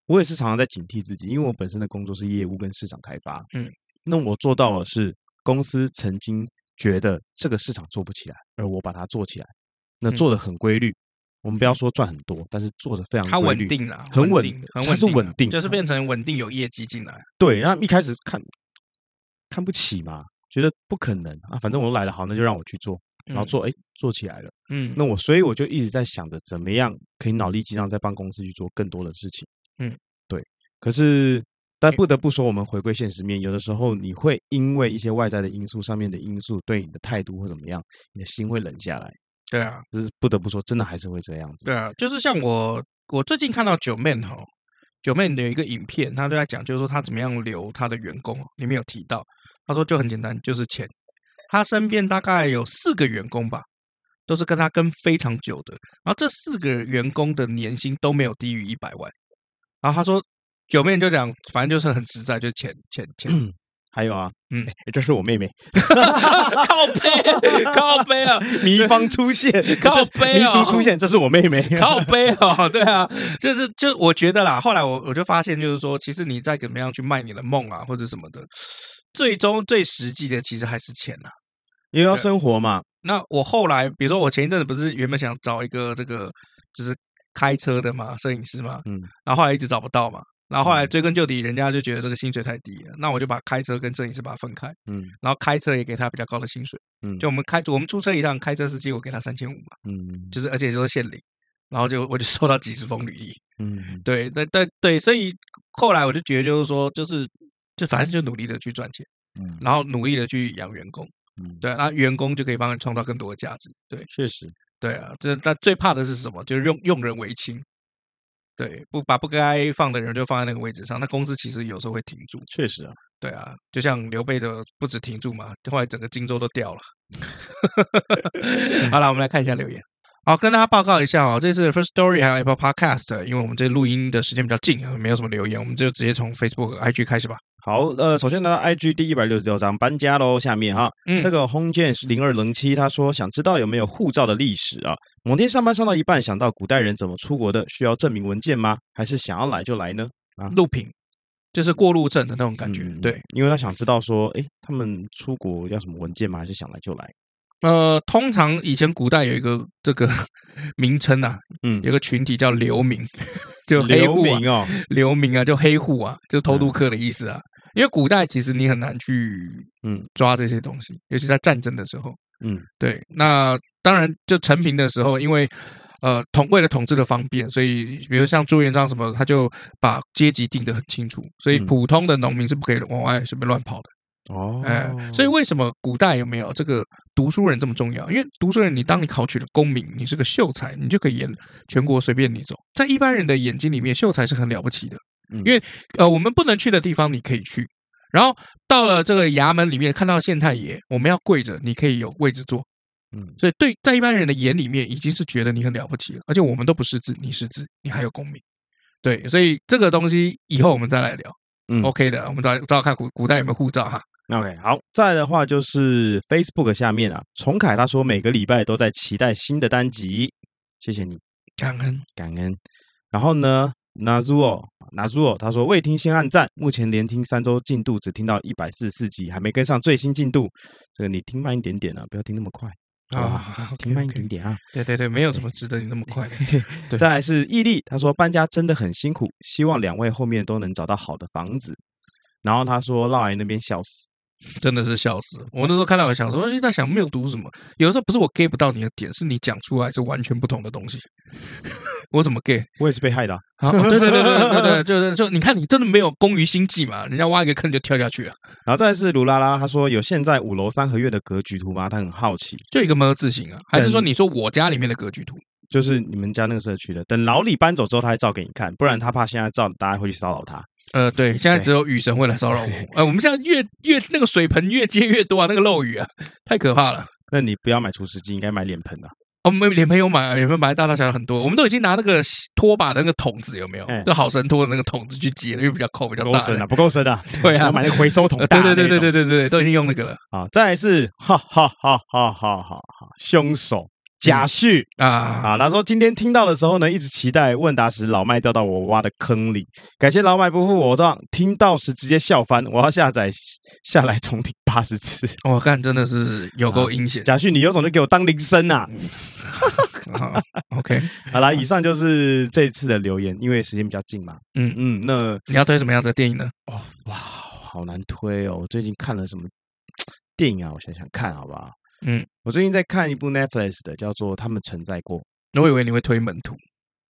B: 我也是常常在警惕自己，因为我本身的工作是业务跟市场开发。
A: 嗯，
B: 那我做到的是公司曾经觉得这个市场做不起来，而我把它做起来，那
A: 嗯
B: 做的很规律。我们不要说赚很多，但是做的非常
A: 它
B: 规
A: 稳
B: 律。
A: 定了，
B: 很
A: 稳
B: 稳
A: 定，很
B: 它是
A: 稳
B: 稳定
A: 就是变成稳定有业绩进来，
B: 对，然后一开始看看不起嘛，觉得不可能啊，反正我都来了，好，那就让我去做，然后
A: 嗯，
B: 做，哎、做起来了。
A: 嗯，
B: 那我所以我就一直在想着怎么样可以脑力激荡，在帮公司去做更多的事情。
A: 嗯，
B: 对。可是，但不得不说，我们回归现实面，有的时候你会因为一些外在的因素上面的因素对你的态度或怎么样，你的心会冷下来。
A: 对啊，
B: 这是不得不说，真的还是会这样子。
A: 对啊，就是像我，我最近看到九妹哈，九妹有一个影片，她都在讲，就是说她怎么样留她的员工哦，里面有提到，她说就很简单，就是钱。她身边大概有四个员工吧，都是跟她跟非常久的，然后这四个员工的年薪都没有低于一百万。然后她说，九妹就讲，反正就是很实在，就是钱钱钱，
B: 还有啊，
A: 嗯
B: 哎，这是我妹妹，
A: 靠背 靠背啊，
B: 迷方出现，
A: 靠
B: 这
A: 背
B: 迷
A: 哦
B: 途出现，这是我妹妹。
A: 靠背哦，对啊，就是就我觉得啦，后来我我就发现，就是说，其实你再怎么样去卖你的梦啊，或者什么的，最终最实际的其实还是钱啦。
B: 因为要生活嘛，
A: 那我后来，比如说我前一阵子不是原本想找一个这个就是开车的嘛，摄影师嘛，
B: 嗯，
A: 然后后来一直找不到嘛，然后后来追根究底，人家就觉得这个薪水太低了，那我就把开车跟摄影师把它分开，
B: 嗯
A: 然后开车也给他比较高的薪水，
B: 嗯
A: 就我们开我们出车一辆，开车司机我给他三千五嘛，
B: 嗯
A: 就是而且都是现领，然后就我就收到几十封履历。
B: 嗯，
A: 对对对对，所以后来我就觉得，就是说，就是就反正就努力的去赚钱，
B: 嗯
A: 然后努力的去养员工，
B: 嗯，
A: 对啊，那员工就可以帮你创造更多的价值，对
B: 确实，
A: 对啊，这但最怕的是什么？就是用用人为轻，对，不把不该放的人就放在那个位置上，那公司其实有时候会停住，
B: 确实啊，
A: 对啊，就像刘备的不止
B: 嗯
A: 停住嘛，后来整个荆州都掉了。好了，我们来看一下留言。好，跟大家报告一下哦，这次的 First Story 还有 Apple Podcast，因为我们这录音的时间比较近，啊没有什么留言，我们就直接从 Facebook、IG 开始吧。
B: 好，呃，首先呢，IG 第一百六十六章搬家喽。下面哈，
A: 嗯
B: 这个 Home James 零二零七他说想知道有没有护照的历史啊？某天上班上到一半，想到古代人怎么出国的，需要证明文件吗？还是想要来就来呢？
A: 录屏就是过路证的那种感觉，
B: 嗯
A: 对。，
B: 因为他想知道说，诶，他们出国要什么文件吗？还是想来就来？
A: 呃，通常以前古代有一个这个 名称啊，
B: 嗯
A: 有，个群体叫流民， 就黑
B: 流
A: 户啊，
B: 民哦，
A: 流民啊，就黑户啊，就
B: 嗯
A: 偷渡客的意思啊。因为古代其实你很难去
B: 嗯
A: 抓这些东西，尤其在战争的时候，
B: 嗯，
A: 对。那当然，就成平的时候，因为呃统为了统治的方便，所以比如像朱元璋什么的，他就把阶级定得很清楚，所以
B: 嗯
A: 普通的农民是不可以往外随便乱跑的。
B: 哦，
A: 哎，所以为什么古代有没有这个读书人这么重要？因为读书人，你当你考取了功名，你是个秀才，你就可以沿全国随便你走。在一般人的眼睛里面，秀才是很了不起的，
B: 嗯
A: 因为呃，我们不能去的地方你可以去。然后到了这个衙门里面，看到县太爷，我们要跪着，你可以有位置坐。
B: 嗯
A: 所以对，在一般人的眼里面，已经是觉得你很了不起了。而且我们都不识字，你识字，你还有功名。对，所以这个东西以后我们再来聊。
B: 嗯
A: OK 的，我们找找看古古代有没有护照哈。
B: OK，好，再来的话就是 Facebook 下面啊，崇凯他说每个礼拜都在期待新的单集，谢谢你，
A: 感恩。
B: 感恩。然后呢，Nazuo Nazuo 他说未听先按赞，目前连听三周进度只听到一百四十四集，还没跟上最新进度。这个你听慢一点点啊，不要听那么快
A: 啊
B: 啊，听慢一点点啊。
A: 对对对，没有什么值得你那么快的。对
B: 再来是毅力，他说搬家真的很辛苦，希望两位后面都能找到好的房子。然后他说绕来那边笑死，
A: 真的是笑死！我那时候看到我想说，诶在想没有读什么，有的时候不是我 get 不到你的点，是你讲出来是完全不同的东西， 我怎么 get？
B: 我也是被害的啊、
A: 啊，哦对对对对对对，就是就你看你真的没有工于心计嘛，人家挖一个坑你就跳下去了，
B: 然后再来是卢拉拉，他说有现在五楼三合院的格局图吗？他很好奇，
A: 就一个么字形啊，还是说你说我家里面的格局图？
B: 就是你们家那个社区的，等老李搬走之后，他还照给你看，不然他怕现在照大家会去骚扰他。
A: 呃，对，现在只有雨神会来骚扰我，呃，我们现在越越那个水盆越接越多啊，那个漏雨啊，太可怕了。
B: 那你不要买除湿机，应该买脸盆啊。
A: 我们脸盆有买，脸盆买大大小小很多，我们都已经拿那个拖把的那个桶子有没有
B: 哎？
A: 就好神拖的那个桶子去接了，因为比较厚，比较
B: 不
A: 大
B: 够。深啊，
A: 哎
B: 不够深啊！
A: 对
B: 你
A: 啊
B: 要，买那个回收桶
A: 呃
B: 大
A: 对
B: 的那种。
A: 对对对对对对，都已经用那个了
B: 啊！再来是哈哈哈哈哈哈哈，凶
A: 嗯
B: 手贾旭
A: 啊。
B: 啊！他说今天听到的时候呢，一直期待问答时老麦掉到我挖的坑里，感谢老麦不负我让听到时直接笑翻，我要下载下来重听八十次。
A: 我看真的是有够阴险
B: 贾旭，你有种就给我当铃声啊！
A: 啊。OK，
B: 好啦，以上就是这次的留言，因为时间比较近嘛。
A: 嗯
B: 嗯，那
A: 你要推什么样子的电影呢？
B: 哇，好难推哦！我最近看了什么电影啊？我想想看，好不好？
A: 嗯，
B: 我最近在看一部 Netflix 的，叫做《他们存在过》。
A: 我以为你会推门徒，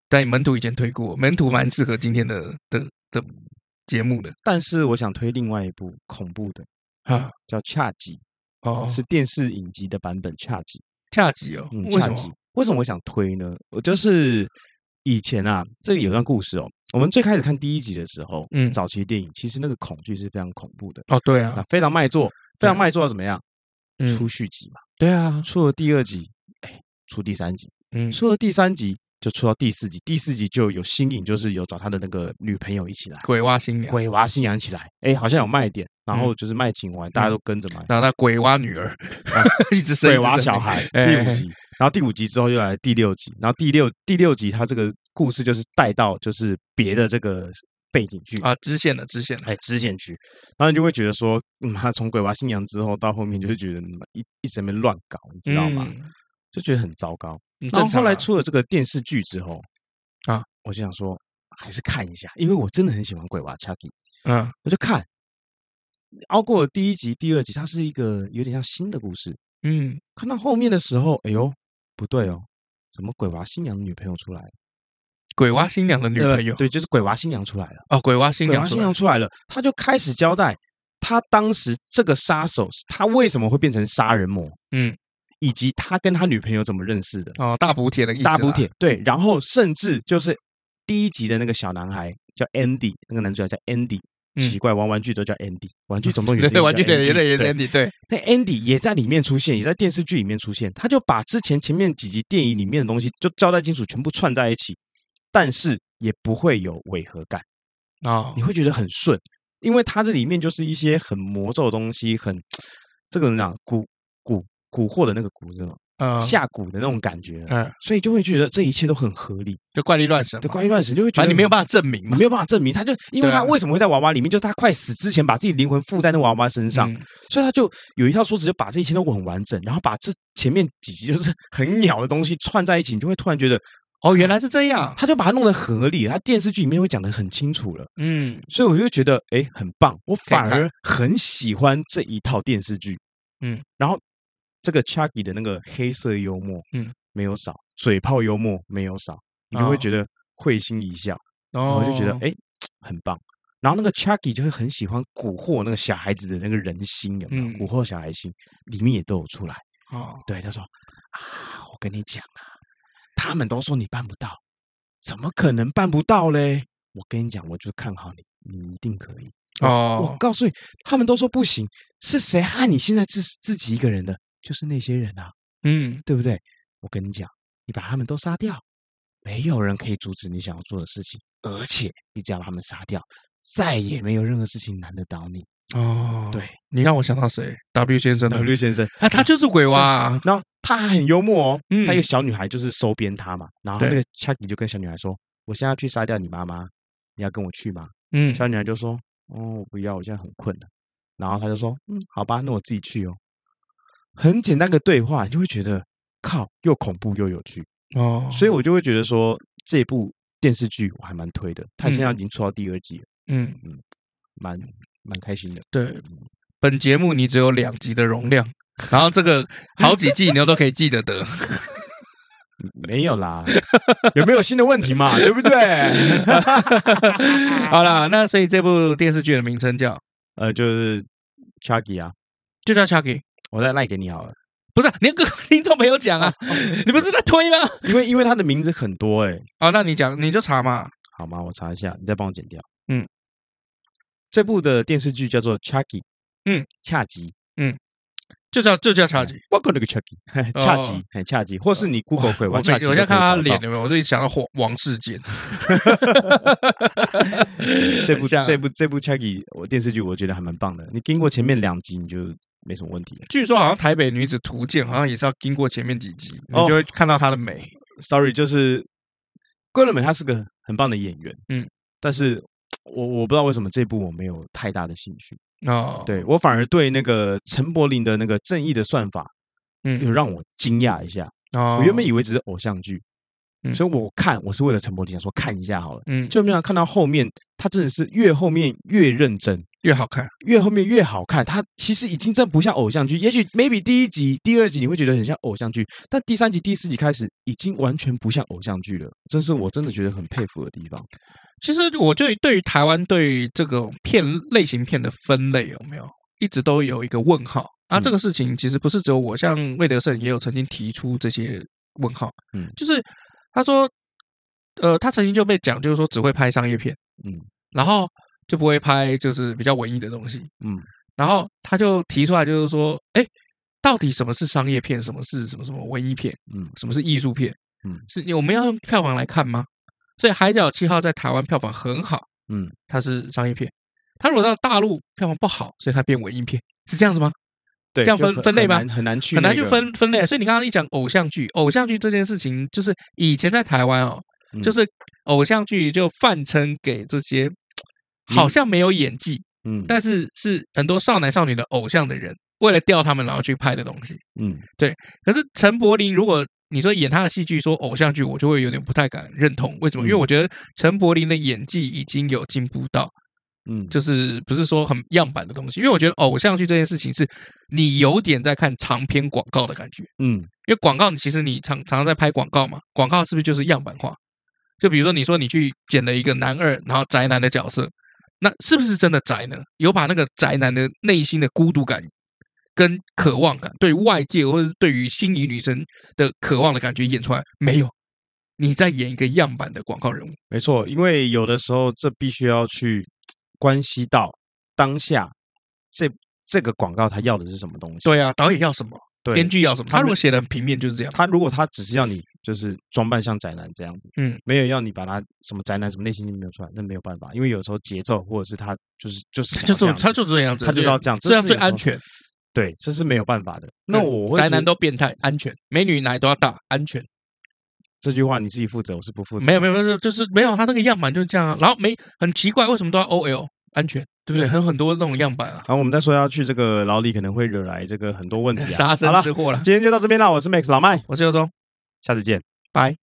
A: 但门徒以前推过，门徒蛮适合今天的的的节目的
B: 但是我想推另外一部恐怖的，
A: 啊。
B: 叫《恰吉
A: 哦》，，
B: 是电视影集的版本。恰吉，
A: 恰吉哦，
B: 嗯，
A: 为
B: 恰
A: 什
B: 吉
A: 么？，
B: 为什么我想推呢？我就是以前啊，这里有段故事哦。我们最开始看第一集的时候，
A: 嗯
B: 早期电影其实那个恐惧是非常恐怖的，
A: 哦，对
B: 那
A: 啊，
B: 非常卖座，非常卖座怎么样？
A: 嗯
B: 出续集嘛，
A: 对啊，
B: 出了第二集，哎，出第三集。
A: 嗯
B: 出了第三集就出到第四集，第四集就有新颖，就是有找他的那个女朋友一起来，
A: 鬼嗯挖新娘，
B: 鬼娃新娘起来，哎，好像有卖点，然后就是卖情怀，大家都跟着买。
A: 然后他鬼挖女儿， 一直生
B: 啊鬼娃小，
A: 一
B: 孩
A: 哎
B: 第五集，然后第五集之后又来第六集，然后第六第六集他这个故事就是带到就是别的这个背景剧
A: 直生啊，支线了，支线了，
B: 哎，支线区，然后你就会觉得说，嗯，他从鬼娃新娘之后到后面，就是觉得嗯一一直在那边乱搞，你知道吗？
A: 嗯？
B: 就觉得很糟糕。
A: 嗯
B: 然
A: 正
B: 后后
A: 常
B: 来
A: 啊
B: 出了这个电视剧之后
A: 啊，
B: 我就想说还是看一下，因为我真的很喜欢鬼娃 Chucky，
A: 嗯
B: 我就看。熬过了第一集、第二集，它是一个有点像新的故事。
A: 嗯，
B: 看到后面的时候，哎呦，不对哦，怎么鬼娃新娘的女朋友出来了？
A: 鬼挖新娘的女
B: 呃
A: 朋友，
B: 对，就是鬼娃新娘出来了。
A: 哦，鬼挖新
B: 鬼
A: 娘
B: 娃
A: 出
B: 新
A: 来，
B: 娘出来了，他就开始交代他当时这个杀手，他为什么会变成杀人魔，
A: 嗯，
B: 以及他跟他女朋友怎么认识的。
A: 哦，大补帖的意思，嗯
B: 大补，帖，对，然后甚至就是第一集的那个小男孩叫 Andy，那个男主角叫 Andy，
A: 嗯
B: 奇怪，玩玩具都叫 Andy，玩具总动员
A: 对，
B: 里面
A: 玩具
B: 叫
A: 猎人
B: Andy，
A: 也是
B: 对
A: Andy，对，
B: 那 Andy 也在里面出现，也在电视剧里面出现，他就把之前前面几集电影里面的东西就交代清楚，全部串在一起，但是也不会有违和感，
A: 哦
B: 你，会觉得很顺，因为它这里面就是一些很魔咒的东西，很这个怎么讲，蛊蛊蛊惑的那个蛊，是吗？
A: 嗯，
B: 下蛊的那种感觉，啊
A: 嗯，
B: 所以就会觉得这一切都很合理。
A: 就怪力乱神嘛，
B: 对，关于乱神就会觉
A: 反
B: 得
A: 正你没有
B: 法。
A: 办法证明
B: 你
A: 嘛，
B: 没有办法证明，他就因为
A: 对啊
B: 他为什么会在娃娃里面，就是他快死之前把自己灵魂附在那娃娃身上，
A: 嗯
B: 所以他就有一套说辞，就把这一切都很完整，然后把这前面几集就是很鸟的东西串在一起，你就会突然觉得，
A: 哦，原来是这样，
B: 他就把它弄得合理，他电视剧里面会讲得很清楚了，
A: 嗯
B: 所以我就觉得，哎，很棒，我
A: 可以
B: 反
A: 看
B: 而很喜欢这一套电视剧，
A: 嗯，
B: 然后这个 Chucky 的那个黑色幽默，
A: 嗯，
B: 没有少，嘴炮幽默没有少，你就
A: 哦
B: 会觉得会心一笑。
A: 然
B: 然后我就觉
A: 哦
B: 得哎、诶很棒。然后那个 Chucky 就会很喜欢蛊惑那个小孩子的那个人心，有没有？
A: 嗯
B: 蛊惑小孩心，里面也都有出来。
A: 哦，
B: 对，他说啊，我跟你讲啊，他们都说你办不到，怎么可能办不到嘞？我跟你讲，我就看好你，你一定可以。我
A: 哦，
B: 告诉你，他们都说不行，是谁害你现在自自己一个人的？就是那些人啊，
A: 嗯，
B: 对不对？我跟你讲，你把他们都杀掉，没有人可以阻止你想要做的事情，而且你只要把他们杀掉，再也没有任何事情难得倒你。
A: 哦，
B: 对，
A: 你让我想到谁？W 先生的，
B: W 先生，
A: 啊，他就是鬼娃啊，
B: 嗯然后他还很幽默哦，
A: 嗯
B: 他一个小女孩就是收编他嘛，然后那
A: 对
B: 个 Chucky 就跟小女孩说：“我现在要去杀掉你妈妈，你要跟我去吗？”
A: 嗯，
B: 小女孩就说：“哦，我不要，我现在很困了。”然后他就说：“嗯，好吧，那我自己去哦。”很简单的对话，你就会觉得靠，又恐怖又有趣。
A: 哦，
B: 所以我就会觉得说这部电视剧我还蛮推的，它现在已经出到第二季了，
A: 嗯，
B: 蛮蛮开心的。
A: 对，本节目你只有两集的容量，然后这个好几季你都可以记 得得。
B: 嗯没有 啦，有没有新的问题嘛？对不 对？
A: 好啦，那所以这部电视剧的名称叫
B: 呃，就是 Chucky 啊，
A: 就叫 Chucky，
B: 我再赖给你好了，
A: 不是你要跟 听众朋友讲啊，
B: 哦
A: 你不是在推吗？
B: 因为因为它的名字很多哎、
A: 哦，那你讲你就查嘛，
B: 好吗？我查一下，你再帮我剪掉。
A: 嗯，
B: 这部的电视剧叫做 Chucky，
A: 嗯，
B: 恰吉，
A: 就叫就叫 Chucky。
B: 我过那个 Chucky，恰 吉
A: 哦，
B: 很恰吉，或是你 Google 鬼
A: 我
B: 娃
A: 每
B: 恰吉，
A: 我现在看他脸有没有，我就想到王王世坚。
B: 这部
A: 很像啊
B: 这部这部 Chucky 我电视剧我觉得还蛮棒的，你经过前
A: 嗯
B: 面两集你就没什么问题了。
A: 据说好像台北女子图鉴好像也是要经过前面几集，你
B: 哦
A: 就会看到她的美。
B: Sorry，就是桂纶镁他是个很棒的演员，
A: 嗯，
B: 但是我我不知道为什么这部我没有太大的兴趣，
A: 哦，，
B: 对我反而对那个陈柏霖的那个《正义的算法》有
A: 嗯，
B: 让我惊讶一下，
A: 哦
B: 我原本以为只是偶像剧，
A: 嗯
B: 所以我看我是为了陈柏霖想说看一下好了，
A: 嗯
B: 就没想到看到后面他真的是越后面越认真。
A: 越好看，
B: 越后面越好看，它其实已经真不像偶像剧。也许 maybe 第一集、第二集你会觉得很像偶像剧，但第三集、第四集开始已经完全不像偶像剧了。这是我真的觉得很佩服的地方。
A: 其实我对对于台湾对于这个片类型片的分类有没有，一直都有一个问号。啊，
B: 嗯
A: 这个事情其实不是只有我，像魏德胜也有曾经提出这些问号。
B: 嗯
A: 就是他说，呃，他曾经就被讲，就是说只会拍商业片，
B: 嗯，
A: 然后就不会拍就是比较文艺的东西，
B: 嗯，
A: 然后他就提出来，就是说，哎，到底什么是商业片，什么是什么什么文艺片？
B: 嗯
A: 什么是艺术片？
B: 嗯
A: 是我们要用票房来看吗？所以《海角七号》在台湾票房很好，
B: 嗯，
A: 它是商业片。它如果到大陆票房不好，所以它变文艺片，是这样子吗？
B: 对，
A: 这样
B: 就
A: 分
B: 很
A: 分类吗
B: 很难很难去、
A: 很难去，分分类。所以你刚刚一讲偶像剧，偶像剧这件事情，就是以前在台湾哦，
B: 嗯
A: 就是偶像剧就泛称给这些好像没有演技，
B: 嗯
A: 但是是很多少男少女的偶像的人，为了钓他们然后去拍的东西。
B: 嗯
A: 可是陈柏霖，如果你说演他的戏剧，说偶像剧，我就会有点不太敢认同。为什么？因为
B: 嗯
A: 我觉得陈柏霖的演技已经有进步到，
B: 嗯，
A: 就是不是说很样板的东西。因为我觉得偶像剧这件事情是，你有点在看长篇广告的感觉。
B: 嗯
A: 因为广告，其实你常常常在拍广告嘛，广告是不是就是样板化？就比如说，你说你去剪了一个男二，然后宅男的角色，那是不是真的宅呢？有把那个宅男的内心的孤独感跟渴望感，对外界或者是对于心仪女生的渴望的感觉演出来没有？你在演一个样板的广告人物，
B: 没错，因为有的时候这必须要去关系到当下这这个广告他要的是什么东西。
A: 对啊，导演要什么，
B: 对
A: 编剧要什么，他
B: 他们
A: 如果写的很平面就是这样。
B: 他如果他只是要你就是装扮像宅男这样子，
A: 嗯，
B: 没有要你把他什么宅男什么内心戏没有出来，那没有办法，因为有时候节奏或者是他就是就是
A: 他
B: 想
A: 就
B: 要这
A: 这
B: 样子，
A: 他就这样子，
B: 他就是要这样这
A: 这样
B: 是
A: 最
B: 有时候
A: 安全。
B: 对，这是没有办法的。那
A: 对
B: 我会
A: 宅
B: 觉
A: 男
B: 得
A: 都变态，安全，美女奶都要大，安全。
B: 这句话你自己负责，我是不负责。
A: 没有没有没有，就是没有他那个样板就是这样啊。然后没很奇怪，为什么都要 OL 安全，对不对？还有很多那种样板啊，
B: 好，我们再说要去这个牢里，可能会惹来这个很多问题啊。
A: 杀身
B: 好了，
A: 之祸了。
B: 今天就到这边啦，我是 Max 老麦，
A: 我是尤忠，
B: 下次见。
A: 拜。